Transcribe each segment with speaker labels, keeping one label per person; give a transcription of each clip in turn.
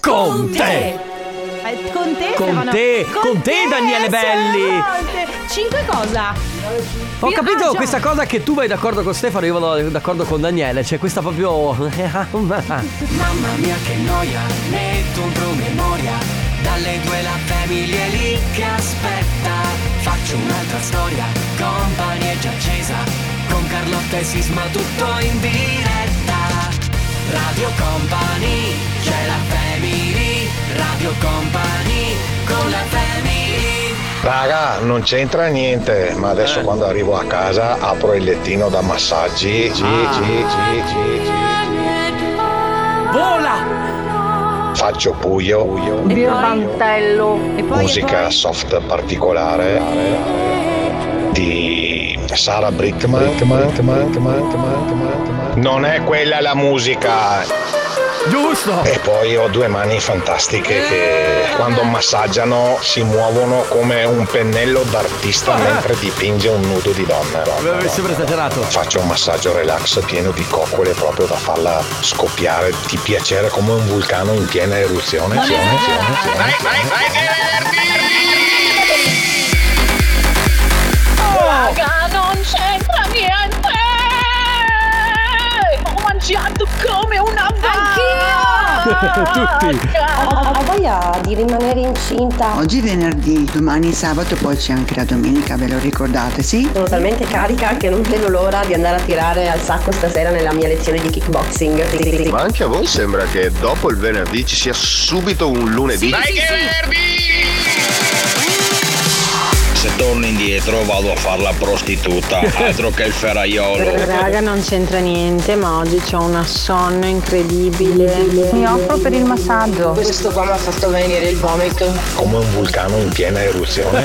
Speaker 1: Con te.
Speaker 2: Eh, Con te
Speaker 1: Con
Speaker 2: Stefano.
Speaker 1: te, con te, Daniele Belli.
Speaker 2: Stefano. Cinque cosa?
Speaker 1: Ho
Speaker 2: Fino-
Speaker 1: capito
Speaker 2: ah, già.
Speaker 1: questa cosa che tu vai d'accordo con Stefano, io vado d'accordo con Daniele. C'è questa proprio.
Speaker 3: Mamma mia che noia, metto un promemoria Dalle due la famiglia è lì che aspetta Faccio un'altra storia, company è già accesa Con Carlotta e Sisma tutto in diretta Radio Company, c'è la family Radio Company, con la family
Speaker 4: Raga, non c'entra niente, ma adesso quando arrivo a casa apro il lettino da massaggi. Gi, gi, gi, gi, gi.
Speaker 1: Vola!
Speaker 4: Faccio puio,
Speaker 2: E poi,
Speaker 4: musica
Speaker 2: e
Speaker 4: soft particolare di Sara Brickman. Non è quella la musica.
Speaker 1: Giusto!
Speaker 4: E poi ho due mani fantastiche che quando massaggiano si muovono come un pennello d'artista mentre dipinge un nudo di donna.
Speaker 1: Ah. Mi sembra esagerato.
Speaker 4: Faccio un massaggio relax pieno di coccole proprio da farla scoppiare di piacere come un vulcano in piena eruzione. Eruzione, eruzione, eruzione.
Speaker 5: Raga, non c'entra niente! Ho mangiato come una vecchia!
Speaker 1: Tutti.
Speaker 6: Ho ho voglia di rimanere incinta.
Speaker 7: Oggi è venerdì, domani è sabato, poi c'è anche la domenica, ve lo ricordate, sì?
Speaker 8: Sono talmente carica che non vedo l'ora di andare a tirare al sacco stasera nella mia lezione di kickboxing. Sì, sì, sì.
Speaker 9: Ma anche a voi sembra che dopo il venerdì ci sia subito un lunedì. Dai che
Speaker 4: Se torno indietro vado a fare la prostituta, altro che il ferraiolo.
Speaker 10: Eh, Raga non c'entra niente ma oggi ho una sonno incredibile
Speaker 2: poi mi offro per il massaggio.
Speaker 8: Questo qua mi ha fatto venire il vomito.
Speaker 4: Come un vulcano in piena eruzione.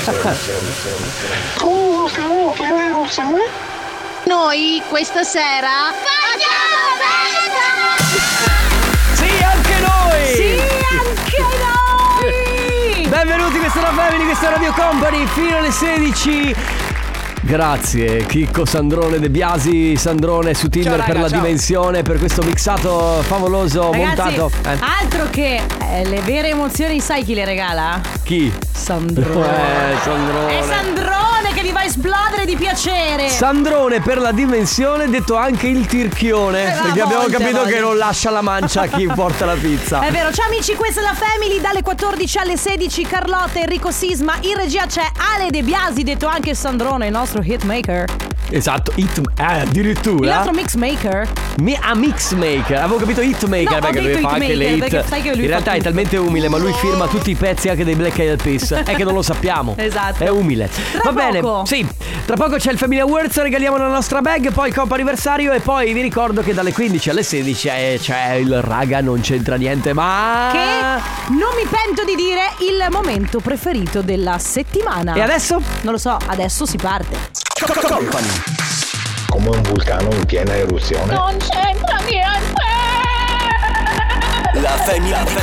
Speaker 5: Noi questa sera facciamo
Speaker 1: Sì, anche noi!
Speaker 2: Sì, anche noi!
Speaker 1: Benvenuti, questa è la Family, questa è Radio Company, fino alle 16. Grazie Chicco Sandrone De Biasi, Sandrone su Tinder
Speaker 2: Ciao, raga,
Speaker 1: per la
Speaker 2: ciao.
Speaker 1: dimensione, per questo mixato favoloso
Speaker 2: Ragazzi, ah.
Speaker 1: montato. Eh,
Speaker 2: altro che eh, le vere emozioni, sai chi le regala?
Speaker 1: chi?
Speaker 2: Sandrone.
Speaker 1: Eh, Sandrone.
Speaker 2: È Sandrone che vi va a esplodere di piacere.
Speaker 1: Sandrone per la dimensione, detto anche il tirchione.
Speaker 2: Eh,
Speaker 1: perché abbiamo
Speaker 2: molte
Speaker 1: capito
Speaker 2: volte.
Speaker 1: che non lascia la mancia a chi porta la pizza.
Speaker 2: È vero, ciao amici, questa è la Family dalle 14 alle 16. Carlotta, Enrico Sisma, in regia c'è Ale De Biasi, detto anche il Sandrone, il nostro hitmaker,
Speaker 1: Esatto, hit, eh,
Speaker 2: il
Speaker 1: addirittura.
Speaker 2: nostro mixmaker.
Speaker 1: Mi- a Mixmaker, avevo capito Hitmaker
Speaker 2: No,
Speaker 1: perché
Speaker 2: ho
Speaker 1: lui
Speaker 2: detto
Speaker 1: fa anche le
Speaker 2: hitmaker, perché
Speaker 1: hit.
Speaker 2: sai che lui
Speaker 1: In
Speaker 2: fa
Speaker 1: realtà è
Speaker 2: tutto.
Speaker 1: talmente umile, ma lui firma tutti i pezzi anche dei Black Eyed Peas. È che non lo sappiamo.
Speaker 2: Esatto.
Speaker 1: È umile. Va bene,
Speaker 2: poco.
Speaker 1: sì. Tra poco c'è il Family Awards, regaliamo la nostra bag, poi Coppa anniversario e poi vi ricordo che dalle 15 alle 16 eh, c'è il raga non c'entra niente, ma
Speaker 2: Che non mi pento di dire il momento preferito della settimana.
Speaker 1: E adesso?
Speaker 2: Non lo so, adesso si parte.
Speaker 4: Come un vulcano in piena eruzione.
Speaker 5: Non c'entra niente!
Speaker 3: La famiglia di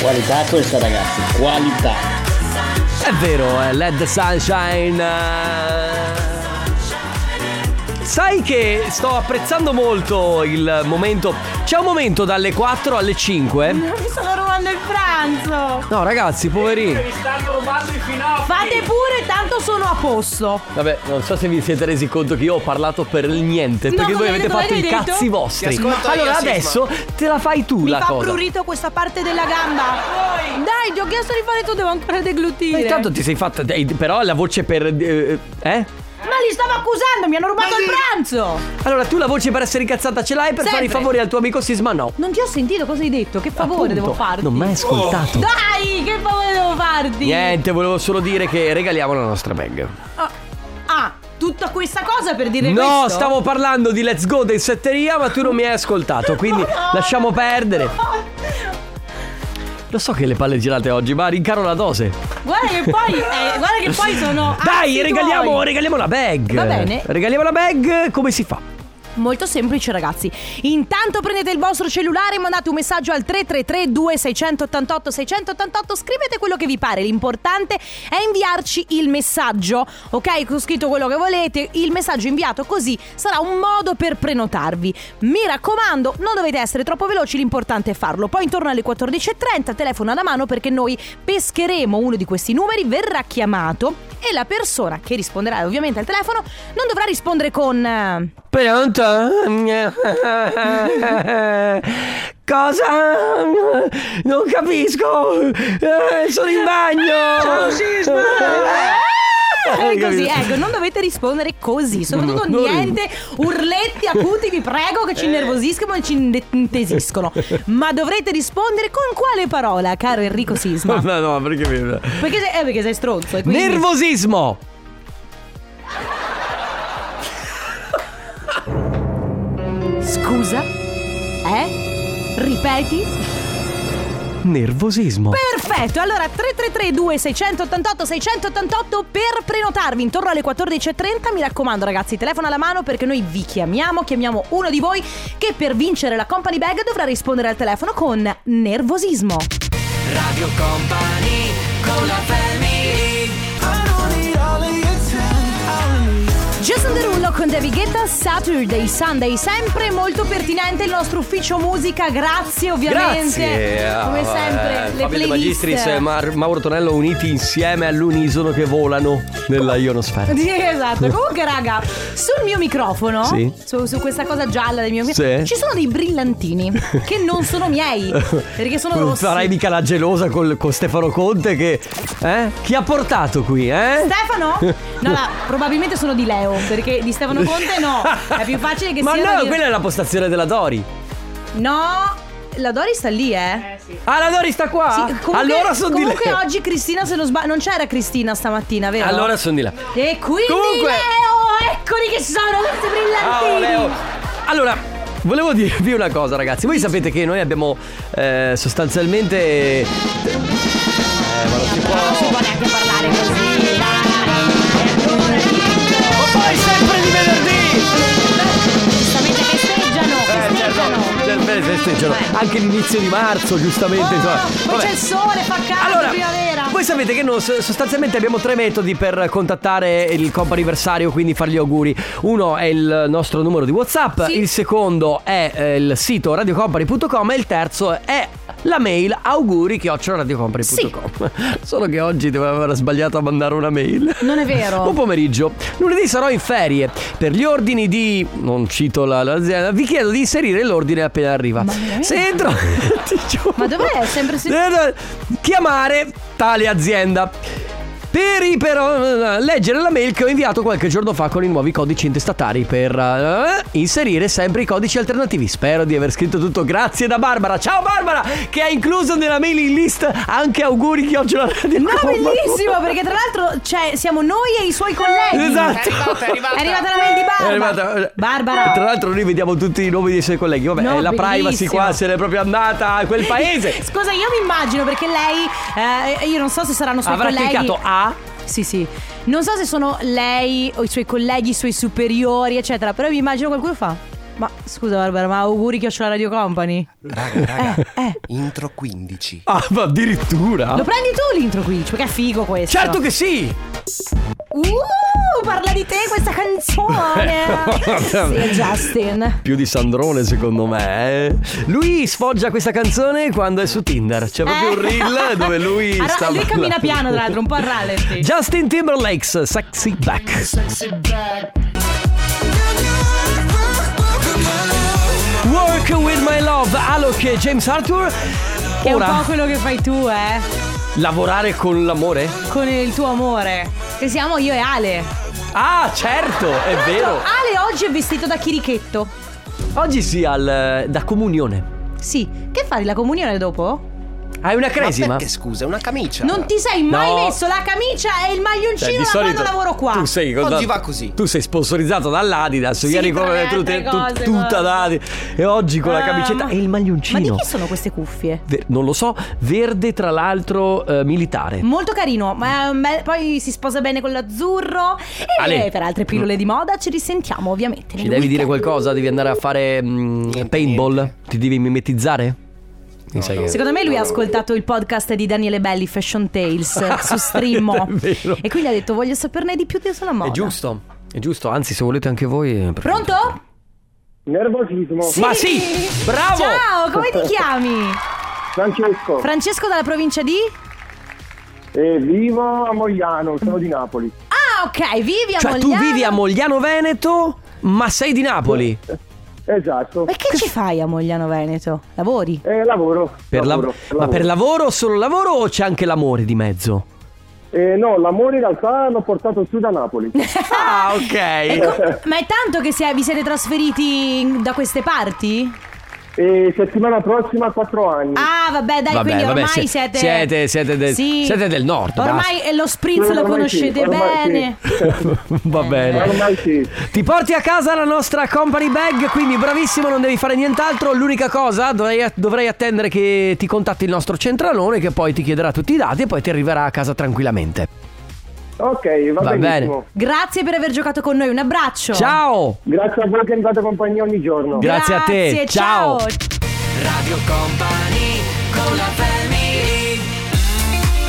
Speaker 11: Qualità questa ragazzi, qualità.
Speaker 1: È vero, è Led Sunshine. eh. Sai che sto apprezzando molto il momento. C'è un momento dalle 4 alle 5.
Speaker 2: Mi sono rubando il pranzo.
Speaker 1: No, ragazzi, poverini.
Speaker 2: Fate pure, tanto sono a posto.
Speaker 1: Vabbè, non so se vi siete resi conto che io ho parlato per il niente.
Speaker 2: No,
Speaker 1: perché voi
Speaker 2: cosa hai
Speaker 1: avete
Speaker 2: detto?
Speaker 1: fatto i
Speaker 2: Cosa hai detto?
Speaker 1: cazzi vostri.
Speaker 3: Ti ascolto
Speaker 1: Allora,
Speaker 3: io,
Speaker 1: adesso te la fai tu
Speaker 2: Mi
Speaker 1: la
Speaker 2: fa
Speaker 1: cosa.
Speaker 2: prurito questa parte della gamba. Dai, ti ho chiesto di fare tu, devo ancora deglutire.
Speaker 1: Ma Intanto ti sei fatta. dai, Però la voce per. eh, Eh?
Speaker 2: Ma li stavo accusando, mi hanno rubato il pranzo.
Speaker 1: Allora, tu la voce per essere incazzata ce l'hai per fare i
Speaker 2: Sempre.
Speaker 1: favori al tuo amico Sisma? No.
Speaker 2: Non ti ho sentito cosa hai detto, che favore
Speaker 1: Appunto,
Speaker 2: devo farti? Oh.
Speaker 1: Non mi hai ascoltato.
Speaker 2: Dai, che favore devo farti?
Speaker 1: Niente, volevo solo dire che regaliamo la nostra bag.
Speaker 2: Ah, ah, tutta questa cosa per dire
Speaker 1: no,
Speaker 2: questo?
Speaker 1: stavo parlando di Let's Go del Setteria, ma tu non mi hai ascoltato, quindi lasciamo perdere. Lo so che le palle girate oggi, ma rincaro la dose.
Speaker 2: Guarda che poi, eh, guarda che poi sono...
Speaker 1: Dai,
Speaker 2: atti
Speaker 1: regaliamo,
Speaker 2: tuoi.
Speaker 1: regaliamo la bag.
Speaker 2: Va bene.
Speaker 1: Regaliamo la bag, come si fa?
Speaker 2: Molto semplice ragazzi Intanto prendete il vostro cellulare e mandate un messaggio al 333 2688 688 Scrivete quello che vi pare L'importante è inviarci il messaggio Ok? Ho scritto quello che volete Il messaggio inviato così sarà un modo per prenotarvi Mi raccomando non dovete essere troppo veloci L'importante è farlo Poi intorno alle 14.30 telefono alla mano perché noi pescheremo uno di questi numeri Verrà chiamato e la persona che risponderà ovviamente al telefono non dovrà rispondere con... eh,
Speaker 1: Pronto? Cosa? Non capisco. Eh, sono in bagno.
Speaker 2: Ciao, sisma.
Speaker 1: Hai
Speaker 2: Eh, così,
Speaker 1: capito?
Speaker 2: ecco, non dovete rispondere così, soprattutto
Speaker 1: No, Eh. no.
Speaker 2: niente urletti acuti, vi prego, che ci innervosiscono e ci inde- intesiscono. Ma dovrete rispondere con quale parola, caro Enrico Sisma?
Speaker 1: No, no, perché mi...
Speaker 2: Perché sei, eh, perché sei stronzo. e quindi-
Speaker 1: Nervosismo.
Speaker 2: Scusa? Eh? Ripeti?
Speaker 1: Nervosismo.
Speaker 2: Perfetto, allora 3332 688 688 per prenotarvi intorno alle 14.30 mi raccomando ragazzi telefono alla mano perché noi vi chiamiamo, chiamiamo uno di voi che per vincere la company bag dovrà rispondere al telefono con nervosismo.
Speaker 3: Radio Company con la family
Speaker 2: Jason Derulo con David Guetta, Saturday, Sunday, sempre molto pertinente il nostro ufficio musica, grazie ovviamente.
Speaker 1: Grazie.
Speaker 2: Come sempre,
Speaker 1: Eh,
Speaker 2: le
Speaker 1: Fabio De Magistris e
Speaker 2: playlist.
Speaker 1: Mar- Mauro Tonello uniti insieme all'unisono che volano nella ionosfera.
Speaker 2: Sì, esatto. Comunque, raga, sul mio microfono,
Speaker 1: Sì.
Speaker 2: su, su questa cosa gialla del mio microfono,
Speaker 1: Sì.
Speaker 2: ci sono dei brillantini che non sono miei, perché sono
Speaker 1: non
Speaker 2: rossi.
Speaker 1: farai mica la gelosa col- con Stefano Conte che... Eh? Chi ha portato qui, eh?
Speaker 2: Stefano? No, no, probabilmente sono di Leo, perché di Stefano Conte no. È più facile che
Speaker 1: Ma
Speaker 2: sia.
Speaker 1: no, quella è la postazione della Dori.
Speaker 2: No, la Dori sta lì, eh.
Speaker 1: Ah, la Dori sta qua?
Speaker 2: Sì, comunque,
Speaker 1: Allora son di
Speaker 2: Comunque
Speaker 1: Leo.
Speaker 2: oggi Cristina, se non sbaglio, non c'era Cristina stamattina, vero?
Speaker 1: Allora sono di là.
Speaker 2: E quindi
Speaker 1: Comunque-
Speaker 2: Leo, eccoli che sono questi
Speaker 1: Ciao,
Speaker 2: brillantini.
Speaker 1: Leo. Allora, volevo dirvi una cosa, ragazzi. Voi sapete che noi abbiamo eh, sostanzialmente. Eh, ma non si può.
Speaker 2: Non si può neanche parlare così. Ma
Speaker 1: poi sempre di
Speaker 2: venerdì! Giustamente festeggiano,
Speaker 1: Eh, certo,
Speaker 2: festeggiano.
Speaker 1: certo, bene, festeggiano. Anche l'inizio di marzo, giustamente. insomma.
Speaker 2: Ah, Poi
Speaker 1: Vabbè.
Speaker 2: Oh, c'è il sole, fa caldo,
Speaker 1: Allora,
Speaker 2: primavera.
Speaker 1: voi sapete che noi s- sostanzialmente abbiamo tre metodi per contattare il comp'anniversario, quindi fargli auguri. Uno è il nostro numero di WhatsApp,
Speaker 2: Sì.
Speaker 1: il secondo è eh, il sito radiocompany.com e il terzo è la mail auguri Solo che oggi devo aver sbagliato a mandare una mail.
Speaker 2: Non è vero.
Speaker 1: Buon pomeriggio. Lunedì sarò in ferie. Per gli ordini di. Non cito la- l'azienda. Vi chiedo di inserire l'ordine appena arriva. Se entro. ti giuro.
Speaker 2: Ma dov'è? Sempre se-
Speaker 1: Eh, no, Chiamare tale azienda. Per, i- per, eh, leggere la mail che ho inviato qualche giorno fa con i nuovi codici intestatari per eh, inserire sempre i codici alternativi. Spero di aver scritto tutto. Grazie da Barbara. Ciao Barbara, che ha incluso nella mailing list anche auguri chiocciola radio.
Speaker 2: No, bellissimo, perché tra l'altro c'è- siamo noi e i suoi colleghi.
Speaker 1: Esatto. È arrivata,
Speaker 2: è arrivata. la mail di Barbara.
Speaker 1: È arrivata- eh,
Speaker 2: Barbara.
Speaker 1: Tra l'altro noi vediamo tutti i nomi dei suoi colleghi. Vabbè,
Speaker 2: No,
Speaker 1: la privacy
Speaker 2: bellissimo.
Speaker 1: qua se n'è proprio andata a quel paese.
Speaker 2: Scusa, io mi immagino perché lei, eh, io non so se saranno suoi
Speaker 1: Avrà
Speaker 2: colleghi.
Speaker 1: cliccato A.
Speaker 2: Sì, sì. Non so se sono lei o i suoi colleghi, i suoi superiori, eccetera. Però mi immagino qualcuno fa. Ma scusa Barbara, ma auguri che ho la Radio Company.
Speaker 12: Raga, raga.
Speaker 2: Eh, eh.
Speaker 12: Intro 15.
Speaker 1: Ah, ma addirittura.
Speaker 2: Lo prendi tu l'intro qui? Perché è figo questo.
Speaker 1: Certo che sì.
Speaker 2: Uh, parla di te questa canzone. sì, Justin.
Speaker 1: Più di Sandrone, secondo me. eh. Lui sfoggia questa canzone quando è su Tinder. C'è proprio un reel dove lui
Speaker 2: Eh. Allora,
Speaker 1: sta.
Speaker 2: lui cammina piano, tra l'altro, un po' a rallenti.
Speaker 1: Justin Timberlake's Sexy Back. Work with my love, Alok e James Arthur.
Speaker 2: Che è un
Speaker 1: Ora,
Speaker 2: po' quello che fai tu, eh.
Speaker 1: lavorare con l'amore?
Speaker 2: Con il tuo amore. Che siamo io e Ale.
Speaker 1: Ah, certo, è
Speaker 2: Tra l'altro,
Speaker 1: vero.
Speaker 2: Ale oggi è vestito da chirichetto.
Speaker 1: Oggi si ha il- eh, da comunione.
Speaker 2: Sì. Che fai la comunione dopo?
Speaker 1: Hai una cresima?
Speaker 12: perché, scusa, una camicia.
Speaker 2: Non ti sei mai
Speaker 1: No.
Speaker 2: messo la camicia e il maglioncino da Cioè, quando lavoro qua.
Speaker 1: Cioè, Tu sei
Speaker 12: Oggi va così.
Speaker 1: Tu sei sponsorizzato dall'Adidas.
Speaker 2: Sì,
Speaker 1: ieri
Speaker 2: tra
Speaker 1: con
Speaker 2: le
Speaker 1: le
Speaker 2: altre
Speaker 1: tute- tu-
Speaker 2: cose,
Speaker 1: tutta
Speaker 2: guarda.
Speaker 1: da Adidas. E oggi con la
Speaker 2: Ah,
Speaker 1: camicetta
Speaker 2: ma-
Speaker 1: e il maglioncino.
Speaker 2: Ma di chi sono queste cuffie?
Speaker 1: Ver- non lo so, verde tra l'altro eh, militare.
Speaker 2: Molto carino, ma ma- poi si sposa bene con l'azzurro. E
Speaker 1: Ale.
Speaker 2: noi, per altre pillole di moda ci risentiamo ovviamente.
Speaker 1: Ci
Speaker 2: nel
Speaker 1: devi dire
Speaker 2: weekend.
Speaker 1: qualcosa? Devi andare a fare mm, paintball? Ti devi mimetizzare? Mi sa che-
Speaker 2: Secondo me lui ha ascoltato il podcast di Daniele Belli, Fashion Tales, su Strimmo.
Speaker 1: È vero.
Speaker 2: e quindi ha detto voglio saperne di più sulla moda.
Speaker 1: È giusto, è giusto. Anzi, se volete anche voi. eh,
Speaker 2: Pronto?
Speaker 13: Nervosismo.
Speaker 1: Ma sì, bravo!
Speaker 2: Ciao, come ti chiami?
Speaker 13: Francesco.
Speaker 2: Francesco dalla provincia di?
Speaker 13: e vivo a Mogliano, sono di Napoli.
Speaker 2: Ah, ok, vivi a
Speaker 1: Cioè, tu
Speaker 2: Mogliano.
Speaker 1: vivi a Mogliano Veneto, ma sei di Napoli.
Speaker 13: Esatto.
Speaker 2: E che ci fai a Mogliano Veneto? Lavori?
Speaker 13: Eh, lavoro.
Speaker 1: Per la-
Speaker 13: Lavoro,
Speaker 1: Ma per lavoro, solo lavoro o c'è anche l'amore di mezzo?
Speaker 13: Eh, no, l'amore in realtà l'ho portato su da Napoli.
Speaker 1: Ah, ok.
Speaker 2: E com- Ecco, ma è tanto che si- vi siete trasferiti in- da queste parti?
Speaker 13: e settimana prossima 4 anni.
Speaker 2: Ah, vabbè, dai, quindi ormai
Speaker 1: se-
Speaker 2: siete...
Speaker 1: Siete, siete del,
Speaker 2: Sì.
Speaker 1: siete del nord.
Speaker 2: Ormai eh, lo spritz lo
Speaker 13: Ormai sì,
Speaker 2: conoscete
Speaker 13: ormai sì.
Speaker 2: bene.
Speaker 1: basta. Va
Speaker 2: Eh.
Speaker 1: bene.
Speaker 13: Ormai sì.
Speaker 1: Ti porti a casa la nostra company bag, quindi bravissimo, non devi fare nient'altro. L'unica cosa, dovrei, dovrei attendere che ti contatti il nostro centralone che poi ti chiederà tutti i dati e poi ti arriverà a casa tranquillamente.
Speaker 13: Ok, va,
Speaker 1: Va bene.
Speaker 13: benissimo.
Speaker 2: Grazie per aver giocato con noi, un abbraccio.
Speaker 1: Ciao!
Speaker 13: Grazie a voi che mi fate compagnia ogni giorno.
Speaker 1: Grazie a te,
Speaker 2: Grazie,
Speaker 1: ciao.
Speaker 3: Radio Company con la family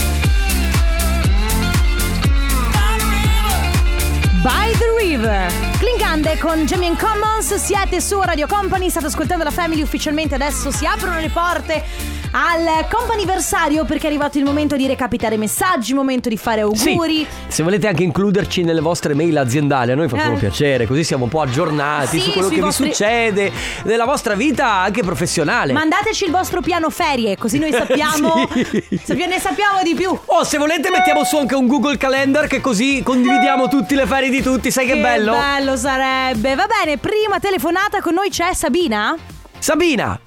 Speaker 2: By the River. Clingande con Jamie and Commons, siete su Radio Company, state ascoltando la Family ufficialmente, adesso si aprono le porte al companiversario perché è arrivato il momento di recapitare messaggi, momento di fare auguri.
Speaker 1: Sì, se volete anche includerci nelle vostre mail aziendali, a noi fa solo
Speaker 2: Eh.
Speaker 1: piacere, così siamo un po' aggiornati
Speaker 2: Sì,
Speaker 1: su quello
Speaker 2: sui
Speaker 1: che
Speaker 2: vostri-
Speaker 1: vi succede nella vostra vita anche professionale.
Speaker 2: Mandateci il vostro piano ferie, così noi sappiamo, sappi- ne sappiamo di più.
Speaker 1: Oh, se volete mettiamo su anche un Google Calendar che così condividiamo tutti le ferie di tutti, sai che, bello?
Speaker 2: sarebbe. Va bene, prima telefonata con noi c'è Sabina.
Speaker 1: Sabina,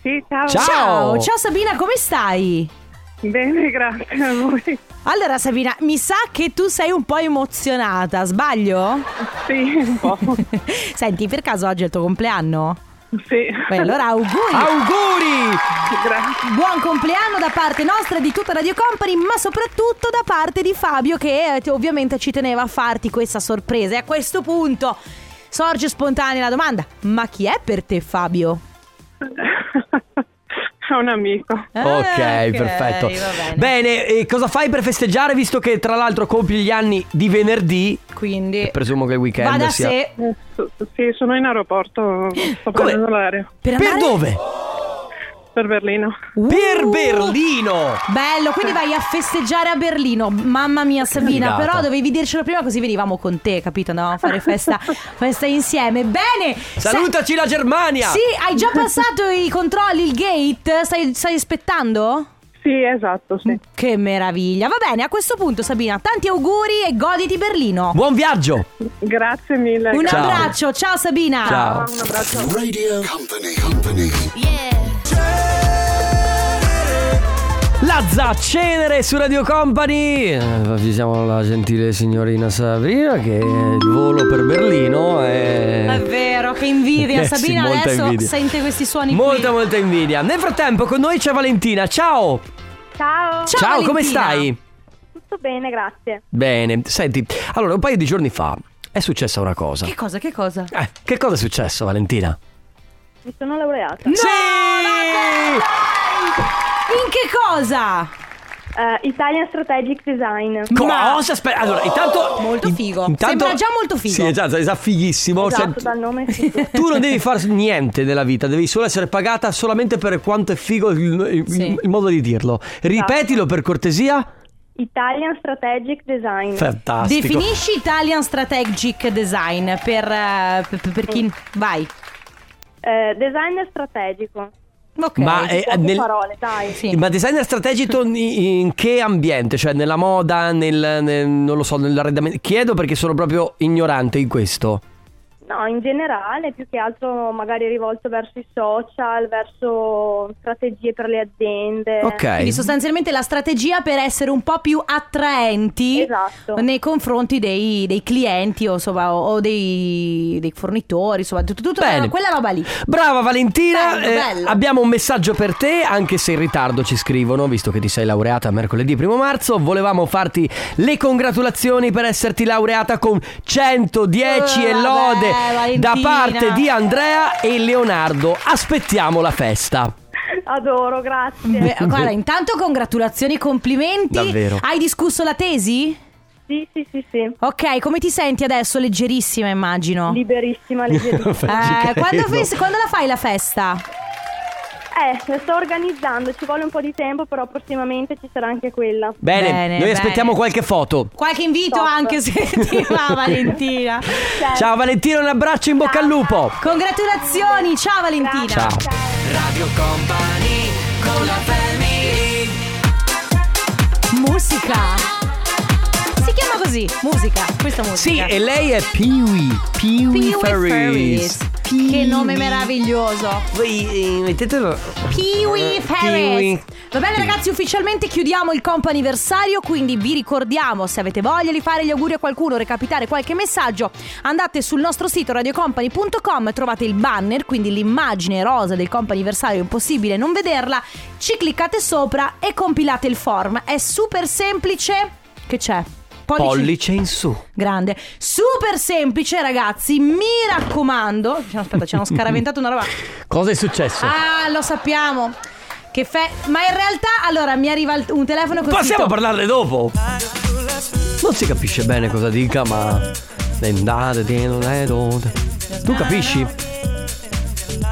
Speaker 14: Sì, ciao.
Speaker 1: Ciao.
Speaker 2: Ciao, ciao Sabina, come stai?
Speaker 14: Bene, grazie a voi.
Speaker 2: Allora Sabina, mi sa che tu sei un po' emozionata, sbaglio?
Speaker 14: Sì, un po'.
Speaker 2: Senti, per caso oggi è il tuo compleanno?
Speaker 14: Sì.
Speaker 2: Beh, allora auguri!
Speaker 1: auguri!
Speaker 2: Buon compleanno da parte nostra e di tutta Radio Company, ma soprattutto da parte di Fabio che eh, ovviamente ci teneva a farti questa sorpresa. E a questo punto sorge spontanea la domanda: ma chi è per te Fabio?
Speaker 14: È un amico.
Speaker 1: ok, perfetto.
Speaker 2: Ah, va bene.
Speaker 1: e cosa fai per festeggiare visto che tra l'altro compi gli anni di venerdì?
Speaker 2: Quindi
Speaker 1: Presumo che il weekend
Speaker 2: vada a
Speaker 1: sia
Speaker 2: sé.
Speaker 14: Eh, so- Sì, sono in aeroporto. Sto prendendo l'aereo
Speaker 2: Per,
Speaker 1: Per
Speaker 2: andare-
Speaker 1: dove?
Speaker 14: per Berlino.
Speaker 1: Per
Speaker 2: Uh.
Speaker 1: Berlino.
Speaker 2: Bello, quindi vai a festeggiare a Berlino. Mamma mia, Sabina,
Speaker 1: figata.
Speaker 2: però dovevi dircelo prima così venivamo con te, capito? Andavamo a fare festa, festa insieme. Bene!
Speaker 1: Salutaci la Germania.
Speaker 2: Sa- sì, hai già passato i controlli, il gate? Stai, stai aspettando?
Speaker 14: Sì, esatto, sì.
Speaker 2: Che meraviglia. Va bene, a questo punto, Sabina, tanti auguri e goditi Berlino.
Speaker 1: Buon viaggio.
Speaker 14: Grazie mille.
Speaker 2: Un
Speaker 1: Ciao.
Speaker 2: abbraccio, ciao Sabina.
Speaker 1: Ciao.
Speaker 14: Un abbraccio.
Speaker 1: Lazza Cenere su Radio Company. Eh, Avvisiamo la gentile signorina Sabrina che il volo per Berlino è
Speaker 2: È vero, che invidia.
Speaker 1: Eh sì,
Speaker 2: Sabina
Speaker 1: molta
Speaker 2: adesso
Speaker 1: invidia.
Speaker 2: sente questi suoni
Speaker 1: molta molta invidia. Nel frattempo con noi c'è Valentina. Ciao.
Speaker 15: Ciao.
Speaker 2: Ciao,
Speaker 1: come
Speaker 2: Valentina.
Speaker 1: stai?
Speaker 15: Tutto bene, grazie.
Speaker 1: Bene. Senti, allora un paio di giorni fa è successa una cosa.
Speaker 2: qui. Che cosa, che cosa?
Speaker 1: Eh, che cosa è successo, Valentina?
Speaker 15: Mi sono laureata.
Speaker 1: sì!
Speaker 2: In che cosa?
Speaker 15: Eh, Italian Strategic Design.
Speaker 1: Cosa? Aspetta, allora, intanto.
Speaker 2: Molto
Speaker 1: in-
Speaker 2: figo.
Speaker 1: intanto-
Speaker 2: Sembra già molto figo.
Speaker 1: Sì, esatto, esatto, fighissimo.
Speaker 15: Esatto,
Speaker 1: Cioè,
Speaker 15: dal nome. sì.
Speaker 1: Tu non devi fare niente nella vita, devi solo essere pagata solamente per quanto è figo il, il-
Speaker 15: Sì.
Speaker 1: il modo di dirlo.
Speaker 2: Esatto.
Speaker 1: Ripetilo per cortesia.
Speaker 15: Italian Strategic Design.
Speaker 1: Fantastico.
Speaker 2: Definisci Italian Strategic Design per, eh, per- per chi... Vai.
Speaker 15: Eh, design strategico.
Speaker 2: Ok.
Speaker 1: Ma, eh,
Speaker 15: Poche
Speaker 1: nel-
Speaker 15: parole, dai.
Speaker 1: Ma designer strategico in, in che ambiente? Cioè nella moda, nel, nel- non lo so, nell'arredamento. Chiedo perché sono proprio ignorante in questo.
Speaker 15: No, in generale, più che altro magari rivolto verso i social, verso strategie per le aziende.
Speaker 1: Ok.
Speaker 2: Eh, Quindi sostanzialmente la strategia per essere un po' più attraenti
Speaker 15: Esatto,
Speaker 2: nei confronti dei, dei clienti o, insomma, o- o dei, dei fornitori, insomma, tut- tutta
Speaker 1: Bene.
Speaker 2: quella roba lì.
Speaker 1: Brava Valentina, Eh,
Speaker 2: Bello, bello.
Speaker 1: abbiamo un messaggio per te, anche se in ritardo ci scrivono, visto che ti sei laureata mercoledì 1 marzo, volevamo farti le congratulazioni per esserti laureata con 110
Speaker 2: Eh,
Speaker 1: e
Speaker 2: vabbè,
Speaker 1: lode
Speaker 2: Valentina.
Speaker 1: da parte di Andrea e Leonardo. Aspettiamo la festa.
Speaker 15: Adoro, grazie.
Speaker 2: Beh, guarda, intanto congratulazioni, complimenti.
Speaker 1: Davvero.
Speaker 2: Hai discusso la tesi?
Speaker 15: Sì, sì, sì, sì.
Speaker 2: Ok, come ti senti adesso? Leggerissima, immagino.
Speaker 15: Liberissima,
Speaker 2: Eh,
Speaker 15: leggerissima.
Speaker 2: quando, fes- quando la fai la festa?
Speaker 15: Eh, la sto organizzando, ci vuole un po' di tempo, però prossimamente ci sarà anche quella.
Speaker 1: Bene,
Speaker 2: Bene,
Speaker 1: noi
Speaker 2: bene.
Speaker 1: aspettiamo qualche foto.
Speaker 2: Qualche invito
Speaker 15: Top.
Speaker 2: anche se ti va Valentina.
Speaker 1: Ciao Valentina, un abbraccio in bocca al lupo.
Speaker 2: Congratulazioni, ciao Valentina.
Speaker 1: Ciao.
Speaker 3: Radio Company con la family
Speaker 2: Musica. Si chiama così, musica. Questa musica.
Speaker 1: Sì, e lei è Peewee.
Speaker 2: Pee
Speaker 1: Peewee
Speaker 2: Wee
Speaker 1: Ferris.
Speaker 2: Ferris. Che nome meraviglioso.
Speaker 1: Voi eh, mettetelo.
Speaker 2: Kiwi Ferris.
Speaker 1: Kiwi.
Speaker 2: Va bene ragazzi, ufficialmente chiudiamo il comp anniversario, quindi vi ricordiamo se avete voglia di fare gli auguri a qualcuno, recapitare qualche messaggio, andate sul nostro sito radiocompany.com, trovate il banner, quindi l'immagine rosa del comp anniversario, impossibile non vederla, ci cliccate sopra e compilate il form. È super semplice. Che c'è? Pollici
Speaker 1: Pollice in su.
Speaker 2: Grande, super semplice ragazzi, mi raccomando. Aspetta, ci hanno scaraventato una roba.
Speaker 1: Cosa è successo?
Speaker 2: Ah, lo sappiamo. Che fe... Ma in realtà, allora, mi arriva il- un telefono così.
Speaker 1: Passiamo a parlarne dopo. Non si capisce bene cosa dica, ma. Tu capisci?
Speaker 2: no,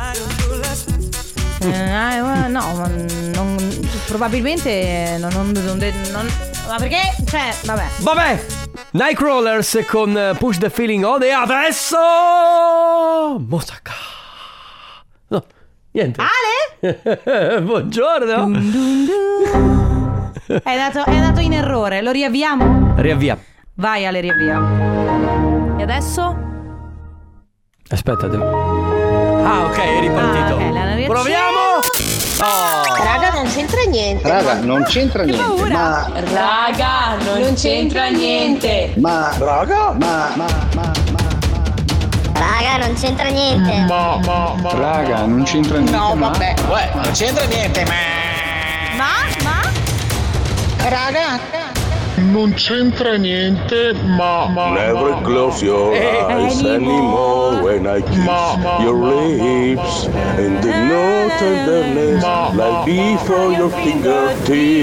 Speaker 2: eh, ah, ma non- probabilmente non, non- non de- non- Ma perché? Cioè, vabbè.
Speaker 1: Vabbè! Nightcrawlers con eh, Push the Feeling On e adesso. Mosaka. No, niente. Ale? Buongiorno.
Speaker 2: È andato, è andato in errore, lo riavviamo?
Speaker 1: Riavvia.
Speaker 2: Vai Ale, riavvia. E adesso?
Speaker 1: Aspetta, devo- Ah, ok, è ripartito. Proviamo! Oh.
Speaker 16: Raga, non c'entra niente.
Speaker 11: Raga, non c'entra niente. Ma.
Speaker 16: Raga, non, c'entra niente.
Speaker 11: Ma. Raga? Ma. Ma. Ma.
Speaker 16: Raga, non c'entra niente. Ma, ma, ma.
Speaker 11: Raga, non c'entra niente.
Speaker 16: No,
Speaker 11: ma-
Speaker 16: vabbè.
Speaker 11: Uè, non c'entra niente, ma.
Speaker 2: Ma, ma?
Speaker 16: Raga,
Speaker 11: Non c'entra niente, ma. ma
Speaker 17: Never close your eyes anymore when I kiss your lips and the no tenderness like before your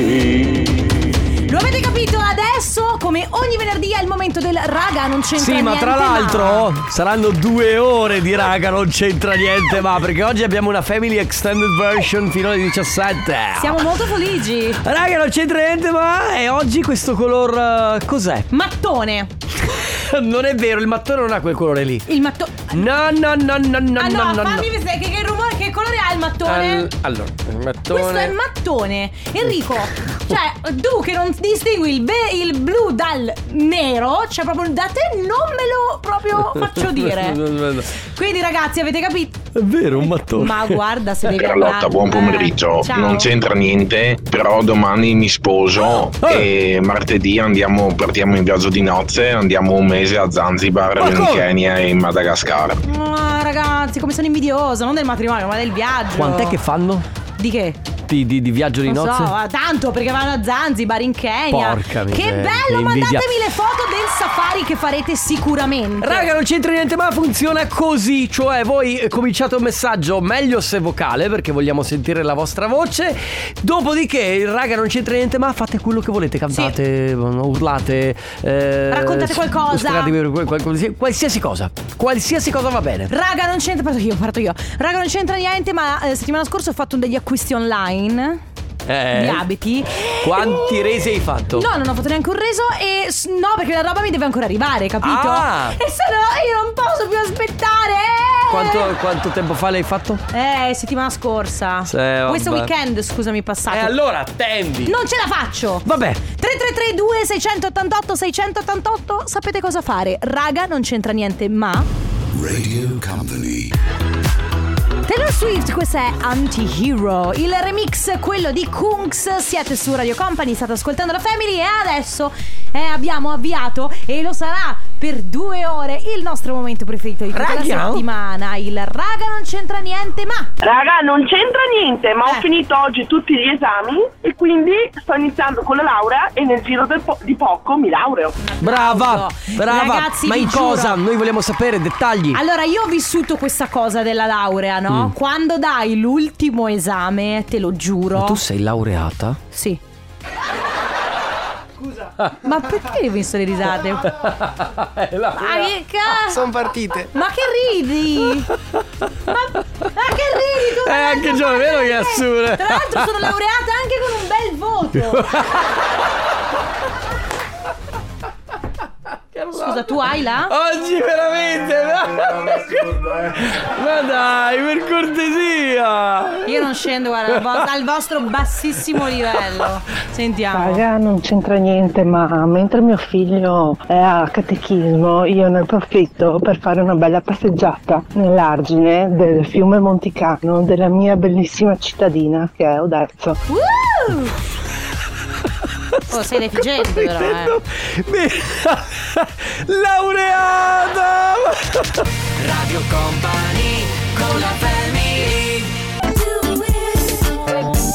Speaker 17: fingertips.
Speaker 2: Lo avete capito? Adesso, come ogni venerdì, è il momento del raga, non c'entra
Speaker 1: Sì,
Speaker 2: niente.
Speaker 1: ma tra l'altro saranno due ore di raga, non c'entra niente, ma perché oggi abbiamo una family extended version fino alle 17.
Speaker 2: Siamo molto felici.
Speaker 1: Raga, non c'entra niente, ma e oggi questo color eh, cos'è?
Speaker 2: Mattone.
Speaker 1: non è vero, il mattone non ha quel colore lì.
Speaker 2: Il mattone.
Speaker 1: No, no, no, no, no,
Speaker 2: Ah no,
Speaker 1: no, no, no.
Speaker 2: fammi vedere che, che rumore, che colore ha il mattone?
Speaker 1: Al- allora, il mattone.
Speaker 2: Questo è il mattone. Enrico, cioè, tu che non distingui il, be- il blu dal nero, cioè proprio da te non me lo proprio faccio dire. Quindi ragazzi, avete capito?
Speaker 1: È vero, un mattone.
Speaker 2: Ma guarda se devi
Speaker 4: Carlotta,
Speaker 2: parlare.
Speaker 4: buon pomeriggio.
Speaker 2: ciao.
Speaker 4: Non c'entra niente, però domani mi sposo
Speaker 2: Ah.
Speaker 4: e martedì andiamo, partiamo in viaggio di nozze, andiamo un mese a Zanzibar,
Speaker 2: Ma
Speaker 4: in
Speaker 2: come?
Speaker 4: Kenya e in Madagascar.
Speaker 2: Ah, ragazzi, come sono invidiosa, non del matrimonio, ma del viaggio.
Speaker 1: Quant'è che fanno?
Speaker 2: Di che?
Speaker 1: Di, di- di viaggio di
Speaker 2: non
Speaker 1: nozze?
Speaker 2: so, ah, tanto perché vanno a Zanzibar in Kenya.
Speaker 1: Porca
Speaker 2: Che
Speaker 1: miseria,
Speaker 2: bello,
Speaker 1: che invidia.
Speaker 2: mandatemi le foto del safari che farete sicuramente.
Speaker 1: Raga, non c'entra niente, ma funziona così. Cioè, voi eh, cominciate un messaggio, meglio se vocale, perché vogliamo sentire la vostra voce. Dopodiché, il raga, non c'entra niente, ma fate quello che volete. Cantate, mm, urlate, eh,
Speaker 2: Raccontate
Speaker 1: s-
Speaker 2: qualcosa.
Speaker 1: spiegatevi qual- qual- qual- Qualsiasi cosa. Qualsiasi cosa va bene.
Speaker 2: Raga, non c'entra. Parto io, parto io. Raga, non c'entra niente, ma eh, settimana scorsa ho fatto degli acquisti online.
Speaker 1: Eh,
Speaker 2: Di abiti.
Speaker 1: Quanti resi hai fatto?
Speaker 2: No, non ho fatto neanche un reso e s- no, perché la roba mi deve ancora arrivare, capito?
Speaker 1: Ah.
Speaker 2: E sono io non posso più aspettare.
Speaker 1: Quanto, quanto tempo fa l'hai fatto?
Speaker 2: Eh, settimana scorsa.
Speaker 1: Sì, vabbè.
Speaker 2: Questo weekend, scusami, passato.
Speaker 1: E Eh, allora attendi.
Speaker 2: Non ce la faccio.
Speaker 1: Vabbè.
Speaker 2: 3332 688 688 Sapete cosa fare? Raga, non c'entra niente, ma
Speaker 18: Radio Company.
Speaker 2: Taylor Swift, questo è Anti-Hero, il remix, quello di Kunks, siete su Radio Company, state ascoltando la Family e adesso eh, abbiamo avviato e lo sarà per due ore il nostro momento preferito di tutta la
Speaker 19: Raga?
Speaker 2: settimana, il raga non c'entra niente ma...
Speaker 19: Raga, non c'entra niente,
Speaker 15: Eh.
Speaker 19: ma ho finito oggi tutti gli esami e quindi sto iniziando con la laurea e nel giro del po- di poco mi laureo.
Speaker 1: Brava, brava.
Speaker 2: Ragazzi,
Speaker 1: Ma
Speaker 2: vi
Speaker 1: in
Speaker 2: giuro.
Speaker 1: cosa? Noi vogliamo sapere dettagli.
Speaker 2: Allora, io ho vissuto questa cosa della laurea, no?
Speaker 1: Mm.
Speaker 2: Quando dai l'ultimo esame, te lo giuro.
Speaker 1: Ma tu sei laureata?
Speaker 2: Sì. Ma perché hai visto le risate? Ma che cazzo?
Speaker 20: Sono partite.
Speaker 2: Ma che ridi? Ma, ma che ridi? Tu
Speaker 1: Eh, anche Gio, è vero che è assurdo.
Speaker 2: Tra l'altro sono laureata anche con un bel voto. Scusa, tu hai la?
Speaker 1: Oggi veramente. Ma dai, per cortesia.
Speaker 2: Io non scendo, guarda, al vo- dal vostro bassissimo livello. Sentiamo.
Speaker 21: Raga, non c'entra niente, ma mentre mio figlio è a catechismo, io ne approfitto per fare una bella passeggiata nell'argine del fiume Monticano della mia bellissima cittadina che è Oderzo.
Speaker 2: Uh! Oh, sei deficiente però, eh.
Speaker 1: Laureata!
Speaker 3: Radio Company con la family.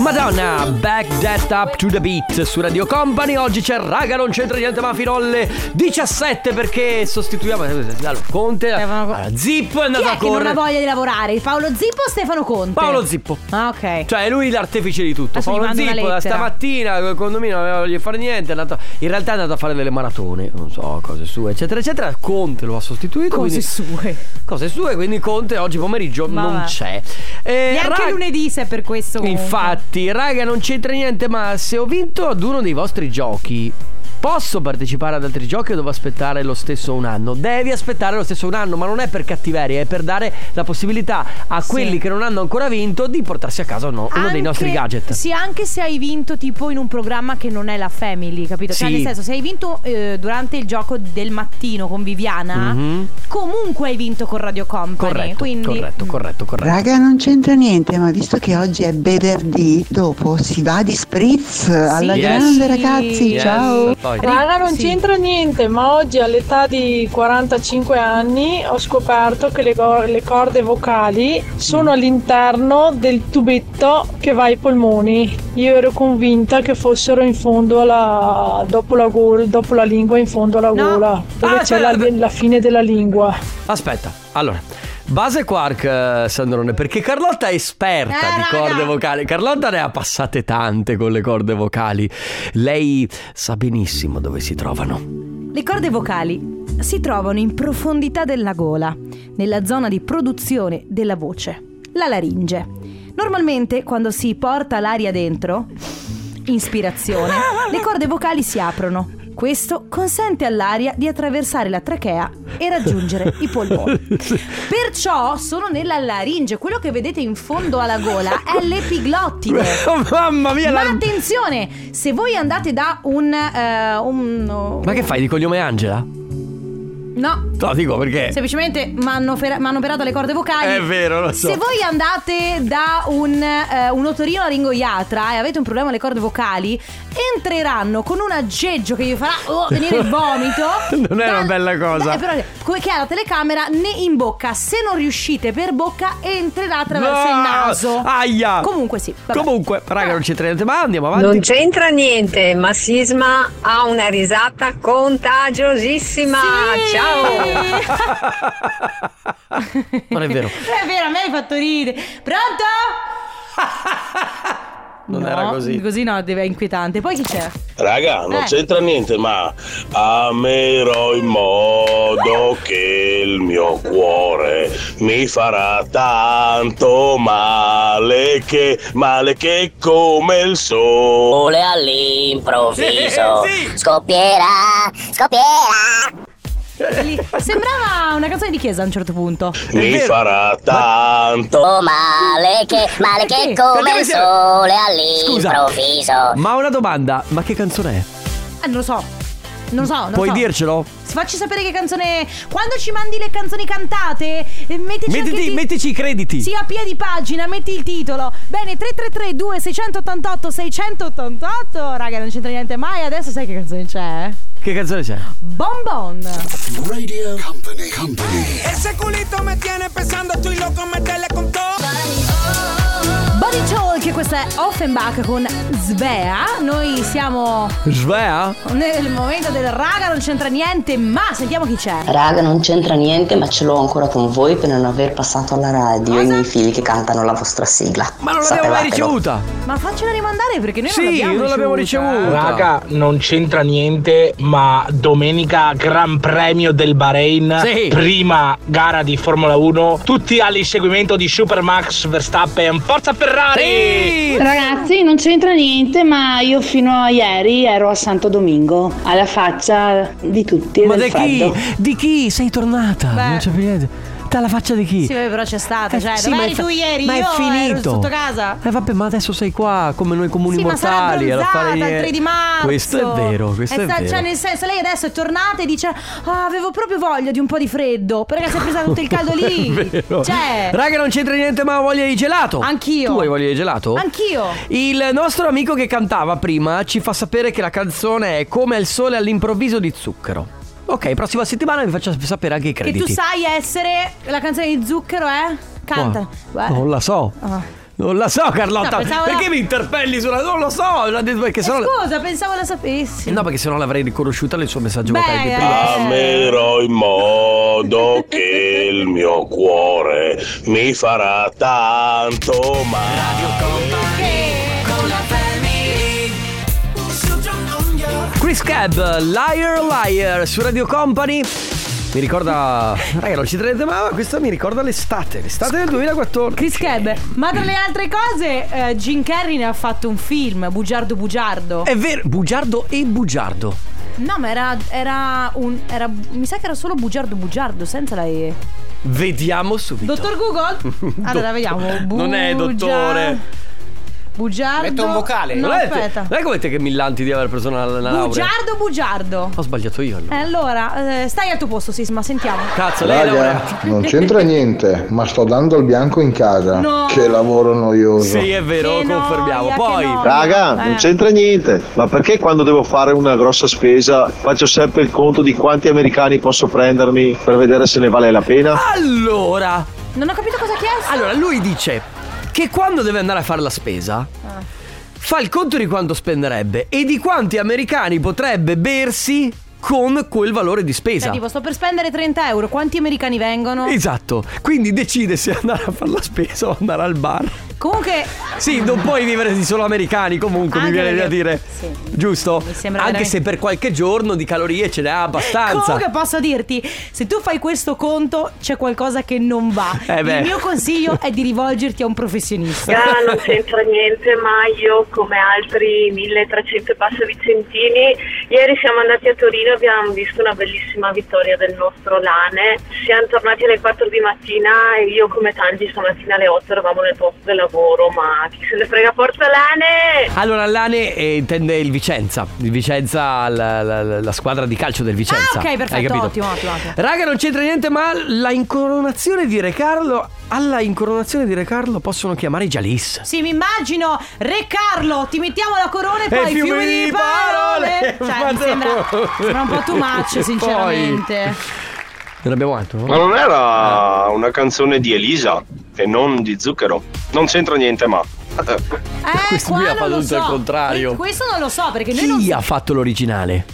Speaker 1: Madonna, back that up to the beat su Radio Company. Oggi c'è raga, non c'entra niente, ma fino alle 17 perché sostituiamo eh, allora, Conte, allora, Zip è
Speaker 2: Chi
Speaker 1: andato
Speaker 2: è
Speaker 1: a
Speaker 2: che non ha
Speaker 1: correre.
Speaker 2: voglia di lavorare? Paolo Zippo o Stefano Conte?
Speaker 1: Paolo Zippo.
Speaker 2: Ah, ok.
Speaker 1: Cioè, è lui l'artefice di tutto.
Speaker 2: Adesso gli
Speaker 1: Paolo
Speaker 2: mando Ah, una
Speaker 1: Zippo, da
Speaker 2: lettera.
Speaker 1: stamattina col condominio non aveva voglia di fare niente. è andato- in realtà è andato a fare delle maratone, non so, cose sue, eccetera, eccetera. Conte lo ha sostituito.
Speaker 2: Cose
Speaker 1: quindi- Eh,
Speaker 2: sue.
Speaker 1: Cose sue, quindi Conte oggi pomeriggio
Speaker 2: Vabbè.
Speaker 1: non c'è. Eh,
Speaker 2: Neanche
Speaker 1: rag-
Speaker 2: lunedì se è per questo. comunque.
Speaker 1: Infatti, raga, non c'entra niente, ma se ho vinto ad uno dei vostri giochi. Posso partecipare ad altri giochi o devo aspettare lo stesso un anno? Devi aspettare lo stesso un anno, ma non è per cattiveria, è per dare la possibilità a quelli che non hanno ancora vinto di portarsi a casa uno, uno dei
Speaker 2: Anche-
Speaker 1: nostri gadget.
Speaker 2: Sì, anche se hai vinto tipo in un programma che non è la Family, capito? Cioè,
Speaker 1: Sì.
Speaker 2: nel senso, se hai vinto eh, durante il gioco del mattino con Viviana,
Speaker 1: Mhm.
Speaker 2: comunque hai vinto con Radio Company.
Speaker 1: Corretto,
Speaker 2: quindi...
Speaker 1: corretto, corretto, corretto.
Speaker 7: Raga, non c'entra niente, ma visto che oggi è venerdì, dopo si va di spritz alla
Speaker 1: Yes.
Speaker 7: grande ragazzi.
Speaker 1: Yes.
Speaker 7: Ciao.
Speaker 1: Poi.
Speaker 22: Raga, non
Speaker 1: Sì.
Speaker 22: c'entra niente, ma oggi all'età di 45 anni ho scoperto che le, go- le corde vocali
Speaker 1: Mm.
Speaker 22: sono all'interno del tubetto che va ai polmoni. Io ero convinta che fossero in fondo alla dopo la, gol- dopo la lingua in fondo alla gola, dove
Speaker 1: Ah,
Speaker 22: c'è la, la fine della lingua.
Speaker 1: Aspetta, allora. Base Quark, eh, Sandrone, perché Carlotta è esperta
Speaker 2: Eh,
Speaker 1: di corde vocali. Carlotta ne ha passate tante con le corde vocali. Lei sa benissimo dove si trovano.
Speaker 2: Le corde vocali si trovano in profondità della gola, nella zona di produzione della voce, la laringe. Normalmente quando si porta l'aria dentro, inspirazione, le corde vocali si aprono. Questo consente all'aria di attraversare la trachea e raggiungere i polmoni. Perciò sono nella laringe, quello che vedete in fondo alla gola Ah, è l'epiglottide.
Speaker 1: Mamma mia,
Speaker 2: Ma
Speaker 1: la-
Speaker 2: attenzione, se voi andate da un, eh, un
Speaker 1: Ma che fai di cognome Angela?
Speaker 2: No,
Speaker 1: No, dico perché.
Speaker 2: semplicemente mi hanno operato le corde vocali.
Speaker 1: Eh. È vero, lo so.
Speaker 2: Se voi andate da un, eh, un otorino a ringoiatra e avete un problema alle corde vocali, entreranno con un aggeggio che vi farà oh, venire il vomito.
Speaker 1: Non è una bella cosa.
Speaker 2: Beh, però, come che ha la telecamera né in bocca. Se non riuscite per bocca, entrerà attraverso il
Speaker 1: Ah,
Speaker 2: naso.
Speaker 1: Aia.
Speaker 2: Comunque sì. vabbè.
Speaker 1: Comunque, raga, non c'entra niente, ma andiamo avanti.
Speaker 23: Non c'entra niente, ma Sisma ha una risata contagiosissima.
Speaker 16: Ah,
Speaker 23: Ciao!
Speaker 1: Non è vero.
Speaker 2: È vero, a me hai fatto ridere. Pronto?
Speaker 24: Non
Speaker 2: No, Così no, deve- è inquietante. Poi chi c'è?
Speaker 24: Raga, non
Speaker 2: Eh.
Speaker 24: c'entra niente, ma amerò in modo che il mio cuore
Speaker 2: Eh.
Speaker 24: mi farà tanto male che, male che come il sole
Speaker 1: Eh,
Speaker 16: all'improvviso scoppierà, scoppierà.
Speaker 2: Lì- Sembrava una canzone di chiesa a un certo punto.
Speaker 24: Mi farà tanto
Speaker 16: Oh male che, male che come il sole
Speaker 1: Scusa.
Speaker 16: all'improvviso.
Speaker 1: Ma una domanda, ma che canzone è?
Speaker 2: Eh, non lo so. Non so, non
Speaker 1: Puoi
Speaker 2: so.
Speaker 1: dircelo?
Speaker 2: Facci sapere che canzone. Quando ci mandi le canzoni cantate, eh, mettici, anche
Speaker 1: Mettiti,
Speaker 2: il ti-
Speaker 1: mettici i crediti.
Speaker 2: Sì, a piedi pagina, metti il titolo. Bene, 333 2688 688. Raga, non c'entra niente mai. Adesso sai che canzone c'è? eh?
Speaker 1: Che canzone c'è?
Speaker 2: Bon Bon.
Speaker 25: Radio Company. Company.
Speaker 26: Ese culito me tiene pensando, estoy loco, metele con todo.
Speaker 2: Body Talk, questa è Offenbach con Svea. Noi siamo
Speaker 1: Svea?
Speaker 2: nel momento del raga, non c'entra niente, ma sentiamo chi c'è.
Speaker 16: Raga, non c'entra niente, ma ce l'ho ancora con voi per non aver passato alla radio i miei figli che cantano la vostra sigla.
Speaker 1: Ma non l'abbiamo mai ricevuta.
Speaker 2: Ma faccela rimandare perché noi non l'abbiamo ricevuta.
Speaker 8: Raga, non c'entra niente, ma domenica Gran Premio del Bahrain,
Speaker 2: Sì.
Speaker 8: prima gara di Formula 1, tutti all'inseguimento di Super Max Verstappen. Forza Ferrari!
Speaker 27: Ragazzi, non c'entra niente, ma io fino a ieri ero a Santo Domingo, alla faccia di tutti.
Speaker 1: Ma
Speaker 27: del
Speaker 1: di chi?
Speaker 27: freddo.
Speaker 1: Di chi sei tornata?
Speaker 27: Beh.
Speaker 1: Non c'è più niente. Te la faccia di chi?
Speaker 2: Sì, vabbè, però c'è stata,
Speaker 1: Eh,
Speaker 2: cioè,
Speaker 1: sì,
Speaker 2: dove
Speaker 1: ma
Speaker 2: eri
Speaker 1: è fa-
Speaker 2: tu ieri?
Speaker 1: Ma è
Speaker 2: Io ero
Speaker 1: finito.
Speaker 2: sotto casa.
Speaker 1: Eh vabbè, ma adesso sei qua come noi comuni
Speaker 2: Sì, ma sarà
Speaker 1: mortali. alla
Speaker 2: bronzata
Speaker 1: fare
Speaker 2: il
Speaker 1: niente.
Speaker 2: 3 di marzo.
Speaker 1: Questo è vero, questo è,
Speaker 2: sta-
Speaker 1: vero.
Speaker 2: Cioè, nel senso, lei adesso è tornata e dice: Ah, avevo proprio voglia di un po' di freddo. Perché si è presa tutto il caldo lì.
Speaker 1: È vero.
Speaker 2: Cioè-
Speaker 1: Raga, non c'entra niente, ma ho voglia di gelato.
Speaker 2: Anch'io.
Speaker 1: Tu hai voglia di gelato?
Speaker 2: Anch'io.
Speaker 1: Il nostro amico che cantava prima ci fa sapere che la canzone è Come il sole all'improvviso di zucchero. Ok, prossima settimana vi faccio sapere anche i
Speaker 2: Che
Speaker 1: crediti.
Speaker 2: tu sai essere la canzone di zucchero, eh? Canta.
Speaker 1: Ma-
Speaker 2: Beh.
Speaker 1: Non la so.
Speaker 2: Ah.
Speaker 1: Non la so, Carlotta.
Speaker 2: No, pensavo
Speaker 1: perché
Speaker 2: la-
Speaker 1: mi interpelli sulla. Non lo so. la- Perché
Speaker 2: Eh,
Speaker 1: sennò.
Speaker 2: Scusa, pensavo la sapessi.
Speaker 1: No, perché sennò l'avrei riconosciuta nel suo messaggio vocale di
Speaker 2: Beh, eh.
Speaker 1: prima.
Speaker 4: Amerò in modo che il mio cuore mi farà tanto male.
Speaker 26: Con la family.
Speaker 1: Chris Cab, Liar Liar su Radio Company. Mi ricorda. Raga, non ci tenete ma questa mi ricorda l'estate. L'estate del 2014.
Speaker 2: Chris Keb, ma tra le altre cose, eh, Jim Carrey ne ha fatto un film, Bugiardo Bugiardo.
Speaker 1: È vero, bugiardo e bugiardo.
Speaker 2: No, ma era, era un. Era, mi sa che era solo bugiardo bugiardo, senza la E.
Speaker 1: Vediamo subito.
Speaker 2: Dottor Google? Allora,
Speaker 1: Dott-
Speaker 2: vediamo.
Speaker 1: Non è
Speaker 2: Bugia-
Speaker 1: dottore.
Speaker 2: Bugiardo. No,
Speaker 1: non, è,
Speaker 2: aspetta.
Speaker 1: non è come te che millanti di aver preso una, una laurea.
Speaker 2: Bugiardo bugiardo.
Speaker 1: Ho sbagliato io. allora.
Speaker 2: Eh, allora, eh, stai al tuo posto, Sisma, sentiamo.
Speaker 1: Cazzo, lei è
Speaker 4: eh.
Speaker 28: Raga,
Speaker 1: laureata.
Speaker 28: non c'entra niente, ma sto dando il bianco in casa.
Speaker 2: No.
Speaker 28: Che lavoro noioso.
Speaker 1: Sì, è vero, confermiamo. Poi.
Speaker 2: Eh,
Speaker 28: Raga, non c'entra niente, ma perché quando devo fare una grossa spesa faccio sempre il conto di quanti americani posso prendermi per vedere se ne vale la pena?
Speaker 1: Allora.
Speaker 2: Non ho capito cosa ha chiesto.
Speaker 1: Allora, lui dice che quando deve andare a fare la spesa,
Speaker 2: Ah.
Speaker 1: fa il conto di quanto spenderebbe e di quanti americani potrebbe bersi con quel valore di
Speaker 2: Cioè,
Speaker 1: spesa.
Speaker 2: tipo, sto per spendere 30 euro. Quanti americani vengono?
Speaker 1: Esatto, quindi decide se andare a fare la spesa o andare al bar.
Speaker 2: Comunque.
Speaker 1: Sì, non puoi vivere di solo americani comunque, mi
Speaker 2: Anche
Speaker 1: viene da
Speaker 2: perché-
Speaker 1: dire.
Speaker 2: sì.
Speaker 1: Giusto?
Speaker 2: Mi
Speaker 1: Anche
Speaker 2: sembra veramente-
Speaker 1: se per qualche giorno di calorie ce ne ha abbastanza.
Speaker 2: Comunque posso dirti, se tu fai questo conto c'è qualcosa che non va.
Speaker 1: Eh beh.
Speaker 2: Il mio consiglio è di rivolgerti a un professionista.
Speaker 22: Ah, non c'entra niente, ma io come altri 1300 e passa vicentini, ieri siamo andati a Torino e abbiamo visto una bellissima vittoria del nostro Lane. Siamo tornati alle 4 di mattina e io come tanti stamattina alle 8 eravamo nel posto del lavoro, ma chi se ne frega, forza Lane!
Speaker 1: Allora, Lane eh, intende il Vicenza. Il Vicenza, la, la- la squadra di calcio del
Speaker 2: Ah,
Speaker 1: Vicenza.
Speaker 2: ok,
Speaker 1: Hai
Speaker 2: perfetto,
Speaker 1: capito?
Speaker 2: ottimo, ottimo, ottimo.
Speaker 1: Raga, non c'entra niente, ma la incoronazione di Re Carlo. Alla incoronazione di Re Carlo possono chiamare i Jalis.
Speaker 2: Sì, mi immagino, Re Carlo, ti mettiamo la corona e poi fiumi, di parole. Cioè, mi sembra, sembra un po' too much, sinceramente.
Speaker 1: Non abbiamo altro?
Speaker 29: Ma non era una canzone di Elisa e non di Zucchero. Non c'entra niente, ma.
Speaker 2: Eh,
Speaker 1: Questo qui ha fatto tutto il contrario.
Speaker 2: Que- Eh, Questo non lo so perché noi non
Speaker 1: Chi ha fatto l'originale?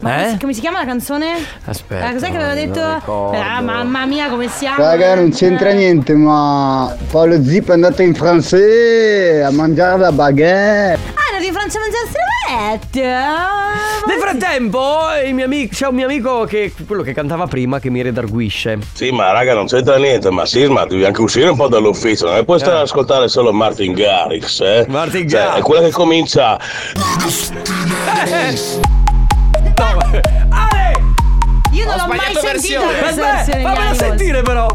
Speaker 2: Ma
Speaker 1: eh?
Speaker 2: come si- come si chiama la canzone?
Speaker 1: Aspetta,
Speaker 2: Ah, cos'è che aveva
Speaker 1: non
Speaker 2: detto?
Speaker 1: lo ricordo.
Speaker 2: Ah, mamma mia, come siamo? Eh,
Speaker 7: Raga, non c'entra niente, ma Paolo Zip è andato in francese a mangiare la baguette.
Speaker 2: Ah, era di Francia Mangiastrevette.
Speaker 1: Nel frattempo, eh, il mio amico- c'è un mio amico che quello che cantava prima che mi redarguisce.
Speaker 4: Sì, ma raga, non c'entra niente, ma Sisma, devi anche uscire un po' dall'ufficio, non è puoi stare ad ascoltare solo Martin Garrix, eh? Martin Garrix. è quella che comincia.
Speaker 2: Ah! Io non
Speaker 26: Ho
Speaker 2: l'ho mai
Speaker 26: sbagliato
Speaker 2: sentita
Speaker 26: versione.
Speaker 2: questa
Speaker 26: Vabbè,
Speaker 2: versione di
Speaker 26: fammela
Speaker 2: Animals.
Speaker 26: sentire,
Speaker 1: però.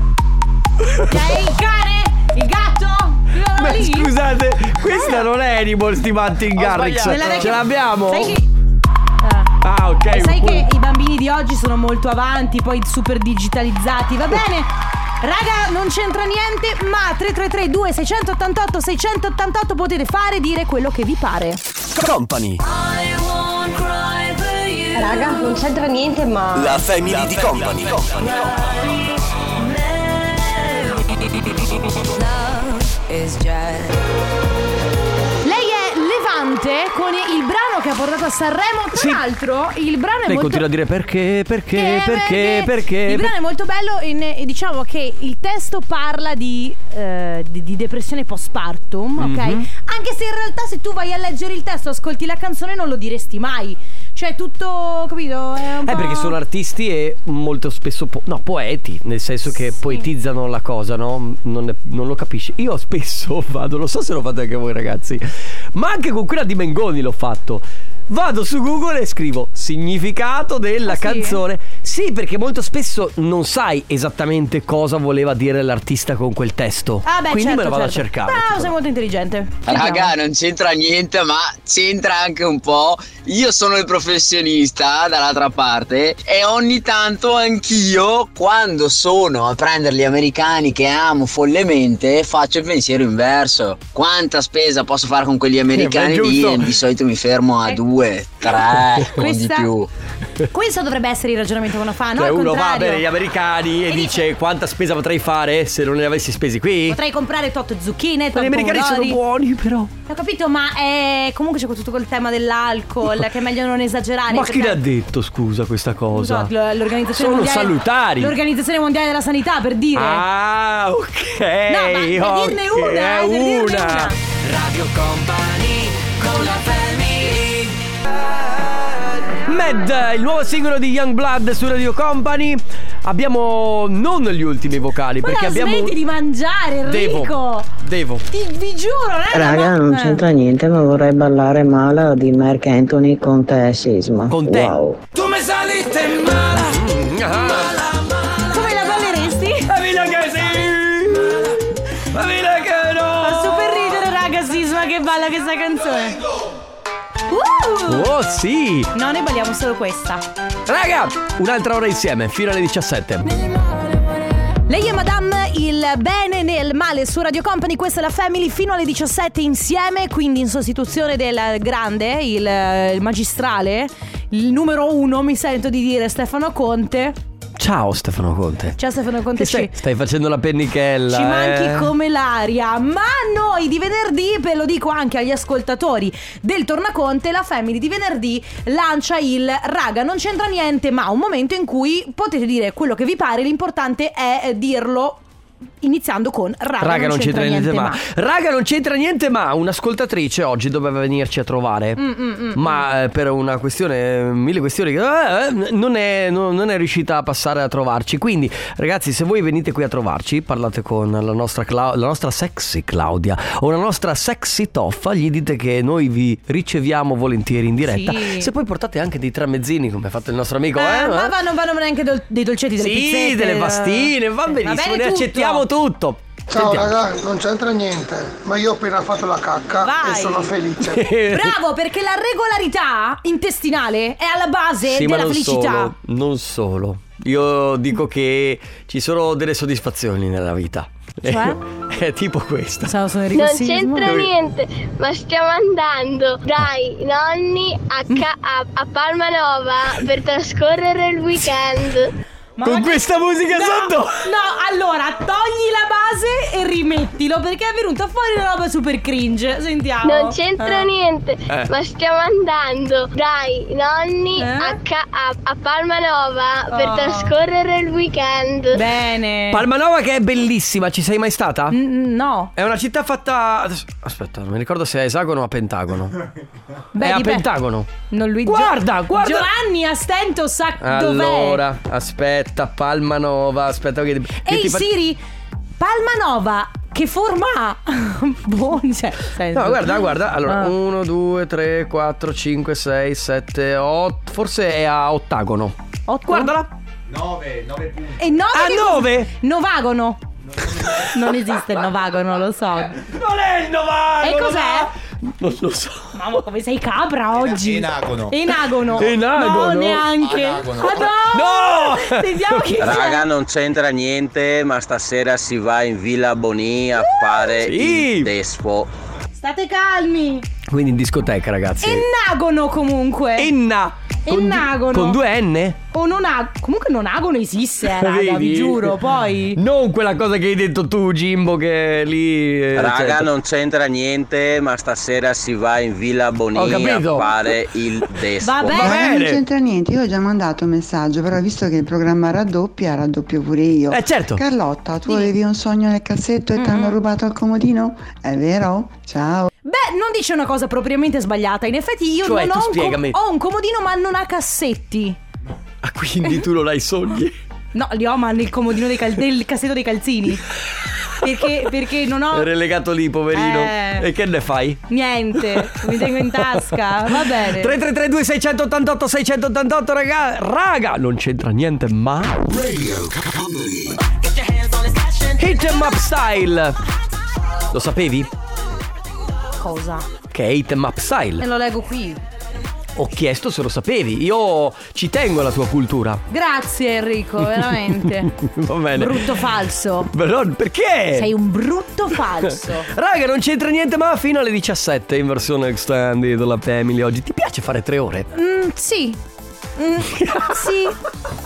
Speaker 2: Cioè, il cane, il gatto, la roba
Speaker 1: Ma
Speaker 2: lì. Ah!
Speaker 1: scusate, questa non è Animals di Martin Garrix.
Speaker 2: Nella vecchia-
Speaker 1: Ce l'abbiamo?
Speaker 2: Sai che... Ah.
Speaker 1: Ah, ok.
Speaker 2: Sai che i bambini di oggi sono molto avanti, poi super digitalizzati, va bene? Raga, non c'entra niente, ma 3332 688 688 potete fare e dire quello che vi pare.
Speaker 5: Company.
Speaker 9: Raga, non c'entra niente, ma.
Speaker 5: La family di Company.
Speaker 2: Lei è Levante con il brano che ha portato a Sanremo. Tra l'altro, il brano è
Speaker 1: Lei
Speaker 2: molto.
Speaker 1: continua a dire perché, perché,
Speaker 2: Eh,
Speaker 1: perché, perché.
Speaker 2: Il brano è molto bello e ne- e diciamo che il testo parla di, eh, di, di depressione postpartum, ok?
Speaker 1: Mhm.
Speaker 2: Anche se in realtà se tu vai a leggere il testo, ascolti la canzone, non lo diresti mai. Cioè, tutto, capito? È un
Speaker 1: Eh,
Speaker 2: po'-
Speaker 1: perché sono artisti e molto spesso po- no, poeti, nel senso che poetizzano la cosa, no? Non, non lo capisci. Io spesso vado, lo so se lo fate anche voi, ragazzi, ma anche con quella di Mengoni l'ho fatto. Vado su Google e scrivo significato della
Speaker 5: Ah, sì?
Speaker 1: canzone. Sì, perché molto spesso non sai esattamente cosa voleva dire l'artista con quel testo.
Speaker 2: Ah, beh,
Speaker 1: Quindi
Speaker 2: certo,
Speaker 1: me lo vado
Speaker 2: certo.
Speaker 1: a cercare.
Speaker 2: Bravo, sei molto intelligente.
Speaker 1: Ah,
Speaker 8: Raga, non c'entra niente, ma c'entra anche un po'. Io sono il professionista dall'altra parte e ogni tanto anch'io, quando sono a prendere gli americani che amo follemente, faccio il pensiero inverso. Quanta spesa posso fare con quegli americani Eh, beh, giusto. lì? Di solito mi fermo
Speaker 11: Eh.
Speaker 8: a due, tre, non di
Speaker 2: Questa-
Speaker 8: più.
Speaker 2: Questo dovrebbe essere il ragionamento che uno fa, no?
Speaker 1: cioè,
Speaker 2: Al
Speaker 1: uno va a
Speaker 2: contrario.
Speaker 1: vedere gli americani e, dice, quanta spesa potrei fare se non ne avessi spesi qui?
Speaker 2: Potrei comprare tot zucchine, tot
Speaker 1: gli americani sono
Speaker 2: pomodori.
Speaker 1: buoni, però.
Speaker 2: Ho capito, ma è... comunque c'è tutto quel tema dell'alcol, che è meglio non esagerare.
Speaker 1: Ma chi
Speaker 2: perché-
Speaker 1: l'ha detto, scusa, questa cosa?
Speaker 2: No, l- l'organizzazione
Speaker 1: Sono
Speaker 2: mondiale,
Speaker 1: salutari.
Speaker 2: L'organizzazione mondiale della sanità, per dire.
Speaker 1: Ah, ok. No,
Speaker 2: ma per dirne una, eh, per dirne una.
Speaker 3: Radio Company con la family
Speaker 1: Mad, il nuovo singolo di Youngblood su Radio Company. Abbiamo non gli ultimi vocali,
Speaker 2: Ma
Speaker 1: perché
Speaker 2: no,
Speaker 1: abbiamo.
Speaker 2: smetti di mangiare,
Speaker 1: Devo.
Speaker 2: Enrico.
Speaker 1: Devo.
Speaker 2: Ti, vi giuro, non è una
Speaker 10: Raga, non
Speaker 1: Eh.
Speaker 2: battuta.
Speaker 10: c'entra niente, ma vorrei ballare Mala di Mark Anthony con te e Sisma. Con
Speaker 1: te?
Speaker 10: Wow.
Speaker 3: Tu mi saliste mala
Speaker 1: Ah.
Speaker 3: Mala, mala
Speaker 2: Eh. Come la balleresti?
Speaker 3: La vita che sì La vita che no
Speaker 2: Fa super ridere, raga, Sisma, che balla questa canzone. Uh!
Speaker 1: Oh, sì.
Speaker 2: No, noi balliamo solo questa.
Speaker 1: Raga, un'altra ora insieme, fino alle 17.
Speaker 2: Lei e Madame, il bene nel male su Radio Company, questa è la Family fino alle 17 insieme, quindi in sostituzione del grande, il, il magistrale, il numero uno, mi sento di dire Stefano Conte.
Speaker 1: Ciao Stefano Conte.
Speaker 2: Ciao Stefano Conte,
Speaker 1: Che
Speaker 2: ci,
Speaker 1: stai, stai facendo la pennichella.
Speaker 2: ci manchi
Speaker 1: eh?
Speaker 2: come l'aria, ma noi di venerdì, ve lo dico anche agli ascoltatori del Tornaconte, la Family di venerdì lancia il raga, non c'entra niente, ma un momento in cui potete dire quello che vi pare, l'importante è eh, dirlo iniziando con raga,
Speaker 1: Raga, non c'entra niente, ma. Raga, non c'entra niente, ma un'ascoltatrice oggi doveva venirci a trovare.
Speaker 2: Mm, mm, mm,
Speaker 1: ma eh, per una questione, eh, mille questioni, che, eh, eh, non, è, no- non è riuscita a passare a trovarci. Quindi, ragazzi, se voi venite qui a trovarci, parlate con la nostra, Clau- la nostra sexy Claudia o la nostra sexy Toffa, gli dite che noi vi riceviamo volentieri in diretta.
Speaker 2: Sì.
Speaker 1: Se poi portate anche dei tramezzini, come ha fatto il nostro amico,
Speaker 2: Ah,
Speaker 1: eh,
Speaker 2: ma
Speaker 1: eh.
Speaker 2: vanno, vanno neanche dol- dei dolcetti, delle
Speaker 1: Sì,
Speaker 2: pizzette eh.
Speaker 1: delle pastine, va benissimo,
Speaker 2: bene
Speaker 1: ne
Speaker 2: tutto.
Speaker 1: accettiamo tutto.
Speaker 11: Ciao
Speaker 1: Sentiamo.
Speaker 11: ragazzi, non c'entra niente, ma io ho appena fatto la cacca e
Speaker 2: Vai.
Speaker 11: sono felice.
Speaker 2: Bravo, perché la regolarità intestinale è alla base
Speaker 1: Sì, ma
Speaker 2: della
Speaker 1: non
Speaker 2: felicità.
Speaker 1: solo, non solo. Io dico che ci sono delle soddisfazioni nella vita.
Speaker 16: Cioè?
Speaker 1: È tipo questa.
Speaker 2: Ciao, sono
Speaker 16: Non c'entra niente, ma stiamo andando dai nonni a,
Speaker 2: Mm.
Speaker 16: ca- a, a Palmanova per trascorrere il weekend.
Speaker 1: Con questa musica
Speaker 2: No,
Speaker 1: sotto?
Speaker 2: No, allora togli la base e rimettilo perché è venuta fuori una roba super cringe. Sentiamo.
Speaker 16: Non c'entra
Speaker 2: Eh.
Speaker 16: niente,
Speaker 2: Eh.
Speaker 16: ma stiamo andando dai nonni a, ca- a, a Palmanova per
Speaker 2: Oh.
Speaker 16: trascorrere il weekend.
Speaker 2: Bene.
Speaker 1: Palmanova che è bellissima, ci sei mai stata?
Speaker 2: No.
Speaker 1: È una città fatta. Aspetta, non mi ricordo se è esagono o a pentagono.
Speaker 2: Beh,
Speaker 1: è a
Speaker 2: dipende.
Speaker 1: pentagono.
Speaker 2: Non lui guarda, guarda. Giovanni a stento sa dov'è.
Speaker 1: Allora, aspetta, Palmanova, aspetta che. che
Speaker 2: Ehi
Speaker 1: ti fa-
Speaker 2: Siri, Palmanova, che forma ha? Buon cioè, senso.
Speaker 1: No, guarda, guarda. Allora,
Speaker 2: Ah.
Speaker 1: 1, 2, 3, 4, 5, 6, 7, 8. Forse è a ottagono.
Speaker 2: Otto?
Speaker 1: Guardala.
Speaker 12: 9, 9 punti.
Speaker 2: E nove
Speaker 1: A
Speaker 2: che cos-
Speaker 1: nove?
Speaker 2: Novagono. Non esiste il novagono, lo so.
Speaker 1: Non è il novagono!
Speaker 2: E cos'è?
Speaker 1: ma- Non lo so.
Speaker 2: Mamma, come sei capra oggi?
Speaker 4: Enagono.
Speaker 2: Enagono.
Speaker 1: Enagono.
Speaker 2: No, neanche.
Speaker 4: Anagono.
Speaker 2: Ah, no! Diciamo Sentiamo chi c'è.
Speaker 12: Raga, non c'entra niente, ma stasera si va in Villa Boni a fare
Speaker 1: Sì.
Speaker 12: il despo.
Speaker 2: State calmi.
Speaker 1: Quindi in discoteca, ragazzi.
Speaker 2: Ennagono comunque.
Speaker 1: Enna.
Speaker 2: Ennagono.
Speaker 1: Con due N?
Speaker 2: O non ha. Comunque non agono esiste, eh, raga, vi
Speaker 1: Vedi?
Speaker 2: giuro. Poi.
Speaker 1: Non quella cosa che hai detto tu, Jimbo, che lì. eh,
Speaker 12: Raga,
Speaker 1: certo.
Speaker 12: non c'entra niente, ma stasera si va in Villa
Speaker 1: Ho
Speaker 12: Boni a
Speaker 1: capito.
Speaker 12: fare il despo.
Speaker 2: Va bene.
Speaker 7: Ma non c'entra niente, io ho già mandato un messaggio, però visto che il programma raddoppia, raddoppio pure io.
Speaker 1: Eh, certo.
Speaker 7: Carlotta, tu avevi un sogno nel cassetto e ti hanno rubato il comodino? È vero? Ciao.
Speaker 2: Beh, non dice una cosa propriamente sbagliata. In effetti, io
Speaker 1: Cioè,
Speaker 2: non
Speaker 1: tu
Speaker 2: ho un,
Speaker 1: spiegami.
Speaker 2: ho un comodino, ma non ha cassetti.
Speaker 1: Ah, quindi tu non hai sogni.
Speaker 2: No, li ho, ma nel comodino dei cal- del cassetto dei calzini. Perché, perché non ho.
Speaker 1: È relegato lì, poverino.
Speaker 2: Eh.
Speaker 1: E che ne fai?
Speaker 2: Niente, mi tengo in tasca. Va bene.
Speaker 1: 3332 688 688 raga, raga, non c'entra niente, ma
Speaker 6: Radio Company.
Speaker 1: Hit 'em up style. Lo sapevi?
Speaker 2: Cosa?
Speaker 1: Che è hit 'em up
Speaker 2: E
Speaker 1: style.
Speaker 2: lo leggo qui.
Speaker 1: Ho chiesto se lo sapevi. Io ci tengo alla tua cultura.
Speaker 2: Grazie, Enrico, veramente.
Speaker 1: Va bene.
Speaker 2: Eh.
Speaker 1: Eh.
Speaker 2: Brutto falso.
Speaker 1: Però perché?
Speaker 2: Sei un brutto falso.
Speaker 1: Raga, non c'entra niente, ma fino alle 17 in versione extended della Family oggi. Ti piace fare tre ore?
Speaker 2: Mm, sì. Mm, sì.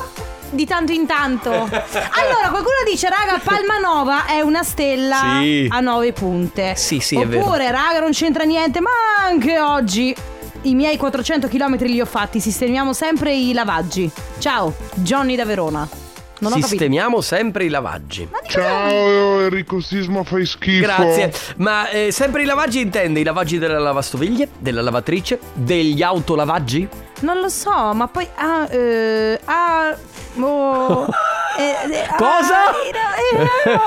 Speaker 2: Di tanto in tanto. Allora, qualcuno dice, raga, Palmanova è una stella
Speaker 1: Sì.
Speaker 2: a nove punte.
Speaker 1: Sì, sì, è
Speaker 2: Oppure,
Speaker 1: vero.
Speaker 2: raga, non c'entra niente, ma anche oggi i miei 400 km li ho fatti. Sistemiamo sempre i lavaggi. Ciao, Johnny da Verona. Non ho capito.
Speaker 1: Sistemiamo sempre i lavaggi.
Speaker 13: Ciao Enrico Sisma fai schifo.
Speaker 1: Grazie, ma eh, sempre i lavaggi intende i lavaggi della lavastoviglie, della lavatrice, degli autolavaggi?
Speaker 2: Non lo so, ma poi. Ah, eh, ah, oh, eh, eh, ah,
Speaker 1: Cosa?
Speaker 2: eh, eh,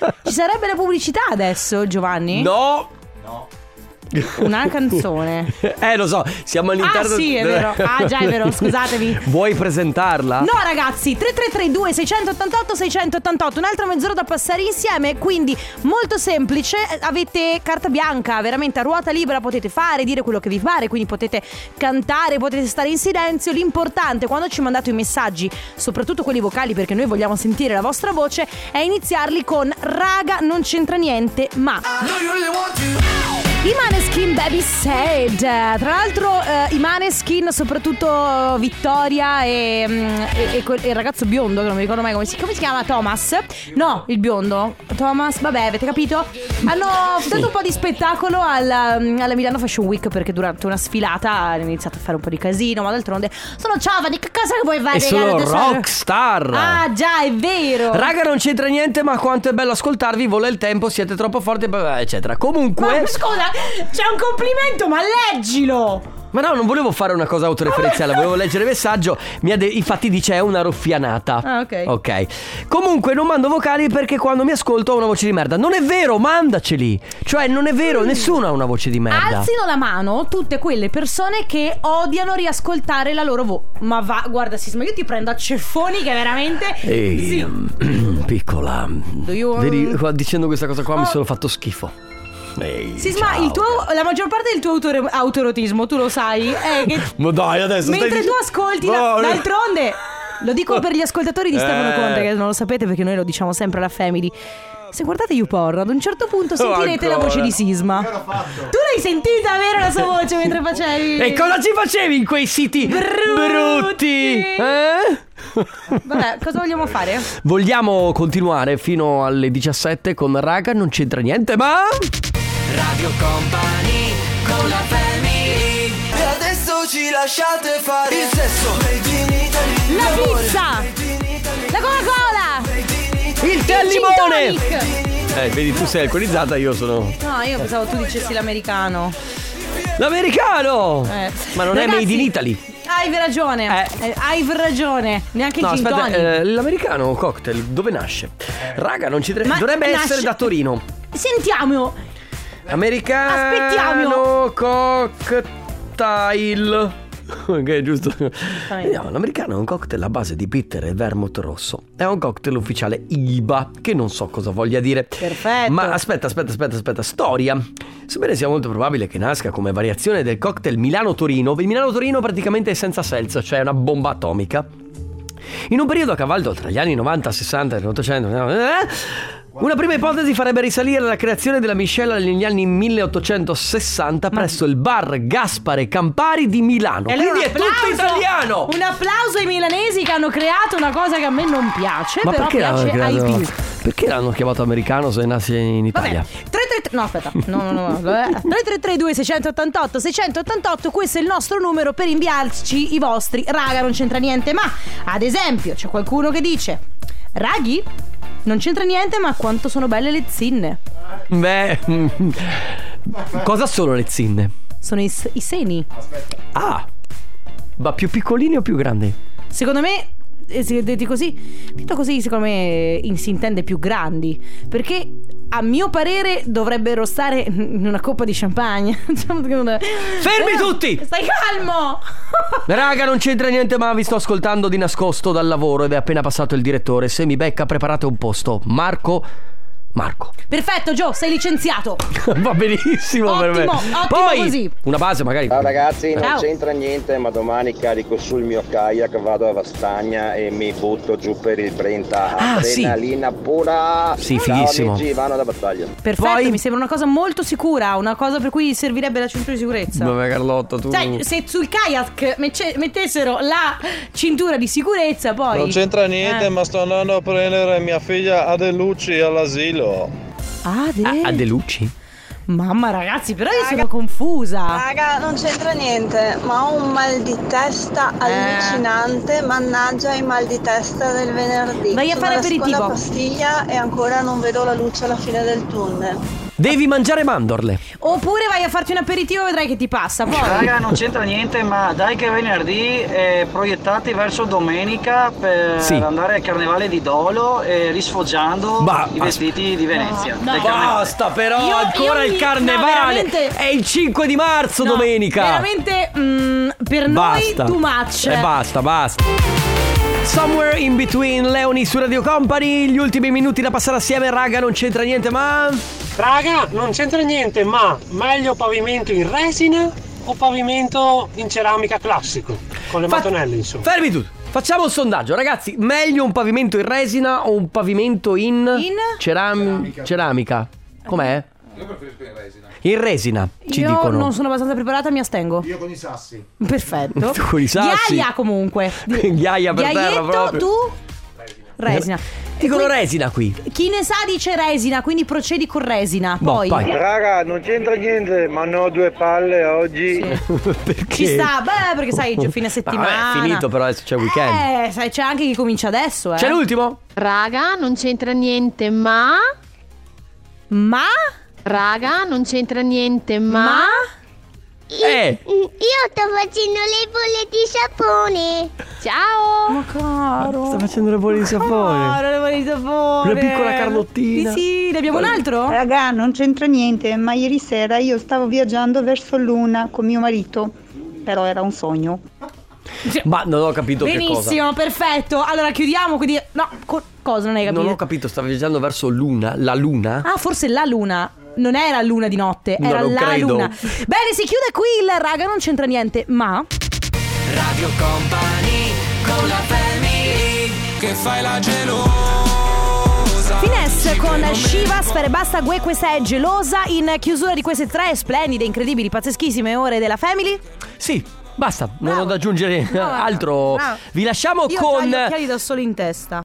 Speaker 2: ah. Ci sarebbe la pubblicità adesso, Giovanni?
Speaker 1: No!
Speaker 2: Una canzone.
Speaker 1: Eh, lo so, siamo all'interno
Speaker 2: Ah, sì, è vero. Ah, già, è vero, scusatemi.
Speaker 1: Vuoi presentarla?
Speaker 2: No ragazzi, 3332 688 688, un'altra mezz'ora da passare insieme, quindi molto semplice, avete carta bianca, veramente a ruota libera potete fare, dire quello che vi pare, quindi potete cantare, potete stare in silenzio, l'importante quando ci mandate i messaggi, soprattutto quelli vocali perché noi vogliamo sentire la vostra voce, è iniziarli con raga non c'entra niente, ma... I Maneskin Baby Said Tra l'altro eh, i Maneskin Soprattutto Vittoria e, mm, e- e quel- e il ragazzo biondo Che non mi ricordo mai come si, come si chiama Thomas No il biondo Thomas vabbè avete capito Hanno dato un po' di spettacolo alla, alla Milano Fashion Week Perché durante una sfilata Hanno iniziato a fare un po' di casino Ma d'altronde sono giovani Che cosa che vuoi fare
Speaker 1: E sono
Speaker 2: caro tesoro?
Speaker 1: rockstar!
Speaker 2: Ah già è vero
Speaker 1: Raga, non c'entra niente, ma quanto è bello ascoltarvi, vola il tempo, siete troppo forti, bla, bla, eccetera. Comunque...
Speaker 2: Ma scusa c'è un complimento ma leggilo
Speaker 1: Ma no, non volevo fare una cosa autoreferenziale, volevo leggere il messaggio. Mi ha de- infatti dice è una ruffianata.
Speaker 2: Ah, ok.
Speaker 1: Ok. Comunque non mando vocali perché quando mi ascolto ho una voce di merda. Non è vero, mandaceli. Cioè, non è
Speaker 2: Mm.
Speaker 1: vero, nessuno ha una voce di merda.
Speaker 2: Alzino la mano tutte quelle persone che odiano riascoltare la loro voce. Ma va, guarda Sisma, io ti prendo a ceffoni che veramente...
Speaker 1: Ehi, ehm, piccola.
Speaker 2: you want-
Speaker 1: Vedi, qua- dicendo questa cosa qua mi
Speaker 2: Oh.
Speaker 1: sono fatto schifo. Ehi.
Speaker 2: Sisma, il tuo- la maggior parte del tuo autore- autoerotismo, tu lo sai, è che...
Speaker 1: Ma dai, adesso
Speaker 2: mentre tu ascolti... la- d'altronde, lo dico per gli ascoltatori di Stefano
Speaker 1: Eh.
Speaker 2: Conte, che non lo sapete perché noi lo diciamo sempre alla Family. Se guardate YouPorn, ad un certo punto sentirete la
Speaker 1: ancora.
Speaker 2: voce di Sisma. Tu l'hai sentita, vero, la sua voce mentre facevi...
Speaker 1: E cosa ci facevi in quei siti brutti? Eh?
Speaker 2: Vabbè, cosa vogliamo fare?
Speaker 1: Vogliamo continuare fino alle 17 con Raga, non c'entra niente, ma...
Speaker 3: Radio Company con la family E adesso ci lasciate fare il sesso Made in Italy
Speaker 2: La pizza! La Coca-Cola!
Speaker 1: Il tè al limone! Eh, vedi, tu sei alcolizzata, io sono...
Speaker 2: No, io pensavo tu dicessi l'americano.
Speaker 1: L'americano!
Speaker 2: Eh.
Speaker 1: Ma non è
Speaker 2: Ragazzi,
Speaker 1: made in Italy.
Speaker 2: Hai ragione. Eh, Hai ragione. Neanche il
Speaker 1: No,
Speaker 2: gin
Speaker 1: aspetta,
Speaker 2: tonic.
Speaker 1: eh, l'americano cocktail dove nasce? Raga, non c'entra
Speaker 2: Ma
Speaker 1: Dovrebbe
Speaker 2: nasce-
Speaker 1: essere da Torino.
Speaker 2: Sentiamo.
Speaker 1: Americano
Speaker 2: Aspettiamo.
Speaker 1: cocktail. ok, giusto. Vediamo, l'americano è un cocktail a base di bitter e vermouth rosso. È un cocktail ufficiale IBA, che non so cosa voglia dire.
Speaker 2: Perfetto.
Speaker 1: Ma aspetta, aspetta, aspetta, aspetta. Storia. Sebbene sia molto probabile che nasca come variazione del cocktail Milano-Torino, il Milano-Torino praticamente è senza seltz, cioè è una bomba atomica. In un periodo a cavallo tra gli anni 90, 60 e 800, eh, una prima ipotesi farebbe risalire alla creazione della miscela negli anni 1860 presso il bar Gaspare Campari di Milano.
Speaker 2: E allora
Speaker 1: Quindi
Speaker 2: un
Speaker 1: è tutto
Speaker 2: applauso-
Speaker 1: italiano!
Speaker 2: Un applauso ai milanesi che hanno creato una cosa che a me non piace,
Speaker 1: Ma
Speaker 2: però
Speaker 1: perché l'hanno,
Speaker 2: piace ai
Speaker 1: creato-
Speaker 2: più.
Speaker 1: perché l'hanno chiamato americano se nasce in Italia?
Speaker 2: 333 No, aspetta. No, no, no. 3332 688 688 questo è il nostro numero per inviarci i vostri. Raga, non c'entra niente, ma ad esempio, c'è qualcuno che dice "Raghi, non c'entra niente, ma quanto sono belle le zinne".
Speaker 1: Beh, mm, cosa sono le zinne?
Speaker 2: Sono i, s- i seni.
Speaker 1: Ah, ma più piccoline o più grandi?
Speaker 2: Secondo me eh, si- detto così, detto così, secondo me eh, si intende più grandi, perché a mio parere dovrebbero stare in una coppa di champagne. Diciamo Fermi
Speaker 1: tutti!
Speaker 2: Stai calmo!
Speaker 1: Raga, non c'entra niente, ma vi sto ascoltando di nascosto dal lavoro ed è appena passato il direttore. Se mi becca, preparate un posto. Marco. Marco.
Speaker 2: Perfetto, Gio, sei licenziato.
Speaker 1: Va benissimo per me.
Speaker 2: Ottimo, ottimo
Speaker 1: Poi,
Speaker 2: così.
Speaker 1: una base magari.
Speaker 4: Ciao ragazzi, non
Speaker 2: Ciao.
Speaker 4: c'entra niente, ma domani carico sul mio kayak, vado a Vastagna e mi butto giù per il Brenta.
Speaker 1: Ah, sì.
Speaker 4: Adrenalina pura.
Speaker 1: Sì,
Speaker 4: Ciao,
Speaker 1: fighissimo.
Speaker 4: amici, vanno da battaglia.
Speaker 2: Perfetto, mi sembra una cosa molto sicura, una cosa per cui servirebbe la cintura di sicurezza.
Speaker 1: Vabbè, Carlotta, tu.
Speaker 2: Sai, se sul kayak mece- mettessero la cintura di sicurezza, poi.
Speaker 14: Non c'entra niente,
Speaker 2: Eh.
Speaker 14: ma sto andando a prendere mia figlia Adelucci all'asilo.
Speaker 1: Ah,
Speaker 2: Ade.
Speaker 1: luci?
Speaker 2: Ah, Mamma ragazzi, però io sono confusa.
Speaker 15: Raga, non c'entra niente, ma ho un mal di
Speaker 2: Eh.
Speaker 15: testa allucinante, mannaggia i mal di testa del venerdì.
Speaker 2: Vai a
Speaker 15: Sono
Speaker 2: fare
Speaker 15: alla seconda
Speaker 2: aperitivo.
Speaker 15: pastiglia e ancora non vedo la luce alla fine del tunnel.
Speaker 1: Devi mangiare mandorle.
Speaker 2: Oppure vai a farti un aperitivo e vedrai che ti passa. Poi.
Speaker 17: Raga, non c'entra niente, ma dai che è venerdì eh, proiettati verso domenica per
Speaker 1: Sì.
Speaker 17: Eh, andare al carnevale di Dolo e risfoggiando
Speaker 1: Ma-
Speaker 17: i vestiti di Venezia. del carnevale.
Speaker 1: Basta, però,
Speaker 17: Io-
Speaker 1: ancora
Speaker 17: io
Speaker 1: il
Speaker 17: mi-
Speaker 1: carnevale.
Speaker 17: no, veramente-
Speaker 1: È il 5 di marzo,
Speaker 2: No,
Speaker 1: domenica.
Speaker 2: Veramente, mm, per
Speaker 1: basta.
Speaker 2: noi, too much.
Speaker 1: E basta, basta. Somewhere in between, Leoni su Radio Company. Gli ultimi minuti da passare assieme, raga, non c'entra niente, ma.
Speaker 19: Raga, non c'entra niente, ma meglio pavimento in resina o pavimento in ceramica classico? Con le mattonelle, insomma.
Speaker 1: Fermi tutti. Facciamo un sondaggio, ragazzi. Meglio un pavimento in resina o un pavimento in.
Speaker 17: In?
Speaker 1: Ceram- ceramica. Com'è?
Speaker 17: Io preferisco in resina.
Speaker 1: In resina, ci
Speaker 2: Io
Speaker 1: dicono.
Speaker 2: non sono abbastanza preparata, mi astengo.
Speaker 17: Io con i sassi.
Speaker 2: Perfetto.
Speaker 1: Tu con i sassi.
Speaker 2: Ghiaia comunque.
Speaker 1: Ghiaia per terra
Speaker 2: Ghiaietto,
Speaker 1: proprio.
Speaker 2: tu? Resina.
Speaker 1: Dicono resina qui.
Speaker 2: Chi ne sa dice resina, quindi procedi con resina.
Speaker 1: Boh,
Speaker 2: Poi.
Speaker 1: vai.
Speaker 17: Raga, non c'entra niente, ma ne ho due palle oggi.
Speaker 1: Perché?
Speaker 2: Ci sta, beh, perché sai, già fine settimana.
Speaker 1: Ah, è finito, però adesso c'è il weekend.
Speaker 2: Eh, sai, c'è anche chi comincia adesso, eh.
Speaker 1: C'è l'ultimo?
Speaker 21: Raga, non c'entra niente, ma.
Speaker 2: Ma?
Speaker 21: Raga, non c'entra niente, ma.
Speaker 1: Eh!
Speaker 21: Mm, Io sto facendo le bolle di sapone. Ciao!
Speaker 2: Ma caro.
Speaker 1: Sta facendo le bolle di sapone.
Speaker 2: Caro, le mani di sapone.
Speaker 1: Una piccola Eh, Carlottina.
Speaker 2: Sì, sì, ne abbiamo un altro?
Speaker 15: Raga, non c'entra niente, ma ieri sera io stavo viaggiando verso Luna con mio marito, però era un sogno.
Speaker 1: Ma non ho capito che cosa.
Speaker 2: Benissimo, perfetto. Allora chiudiamo, quindi no, co- cosa non hai capito?
Speaker 1: Non ho capito, sta viaggiando verso luna, la luna.
Speaker 2: Ah, forse la luna. Non era luna di notte,
Speaker 1: No,
Speaker 2: era
Speaker 1: non
Speaker 2: la
Speaker 1: credo.
Speaker 2: luna. Bene, si chiude qui il raga, non c'entra niente, ma
Speaker 3: Radio Company con la family Che fai la gelosa
Speaker 2: Finesse con Shiva, Sfere Basta, Gue, questa è gelosa in chiusura di queste tre splendide, incredibili, pazzeschissime ore della Family.
Speaker 1: Sì, basta, non ho da aggiungere altro.
Speaker 2: bravo.
Speaker 1: Vi lasciamo
Speaker 2: Io ho
Speaker 1: con
Speaker 2: già gli occhiali da sole in testa.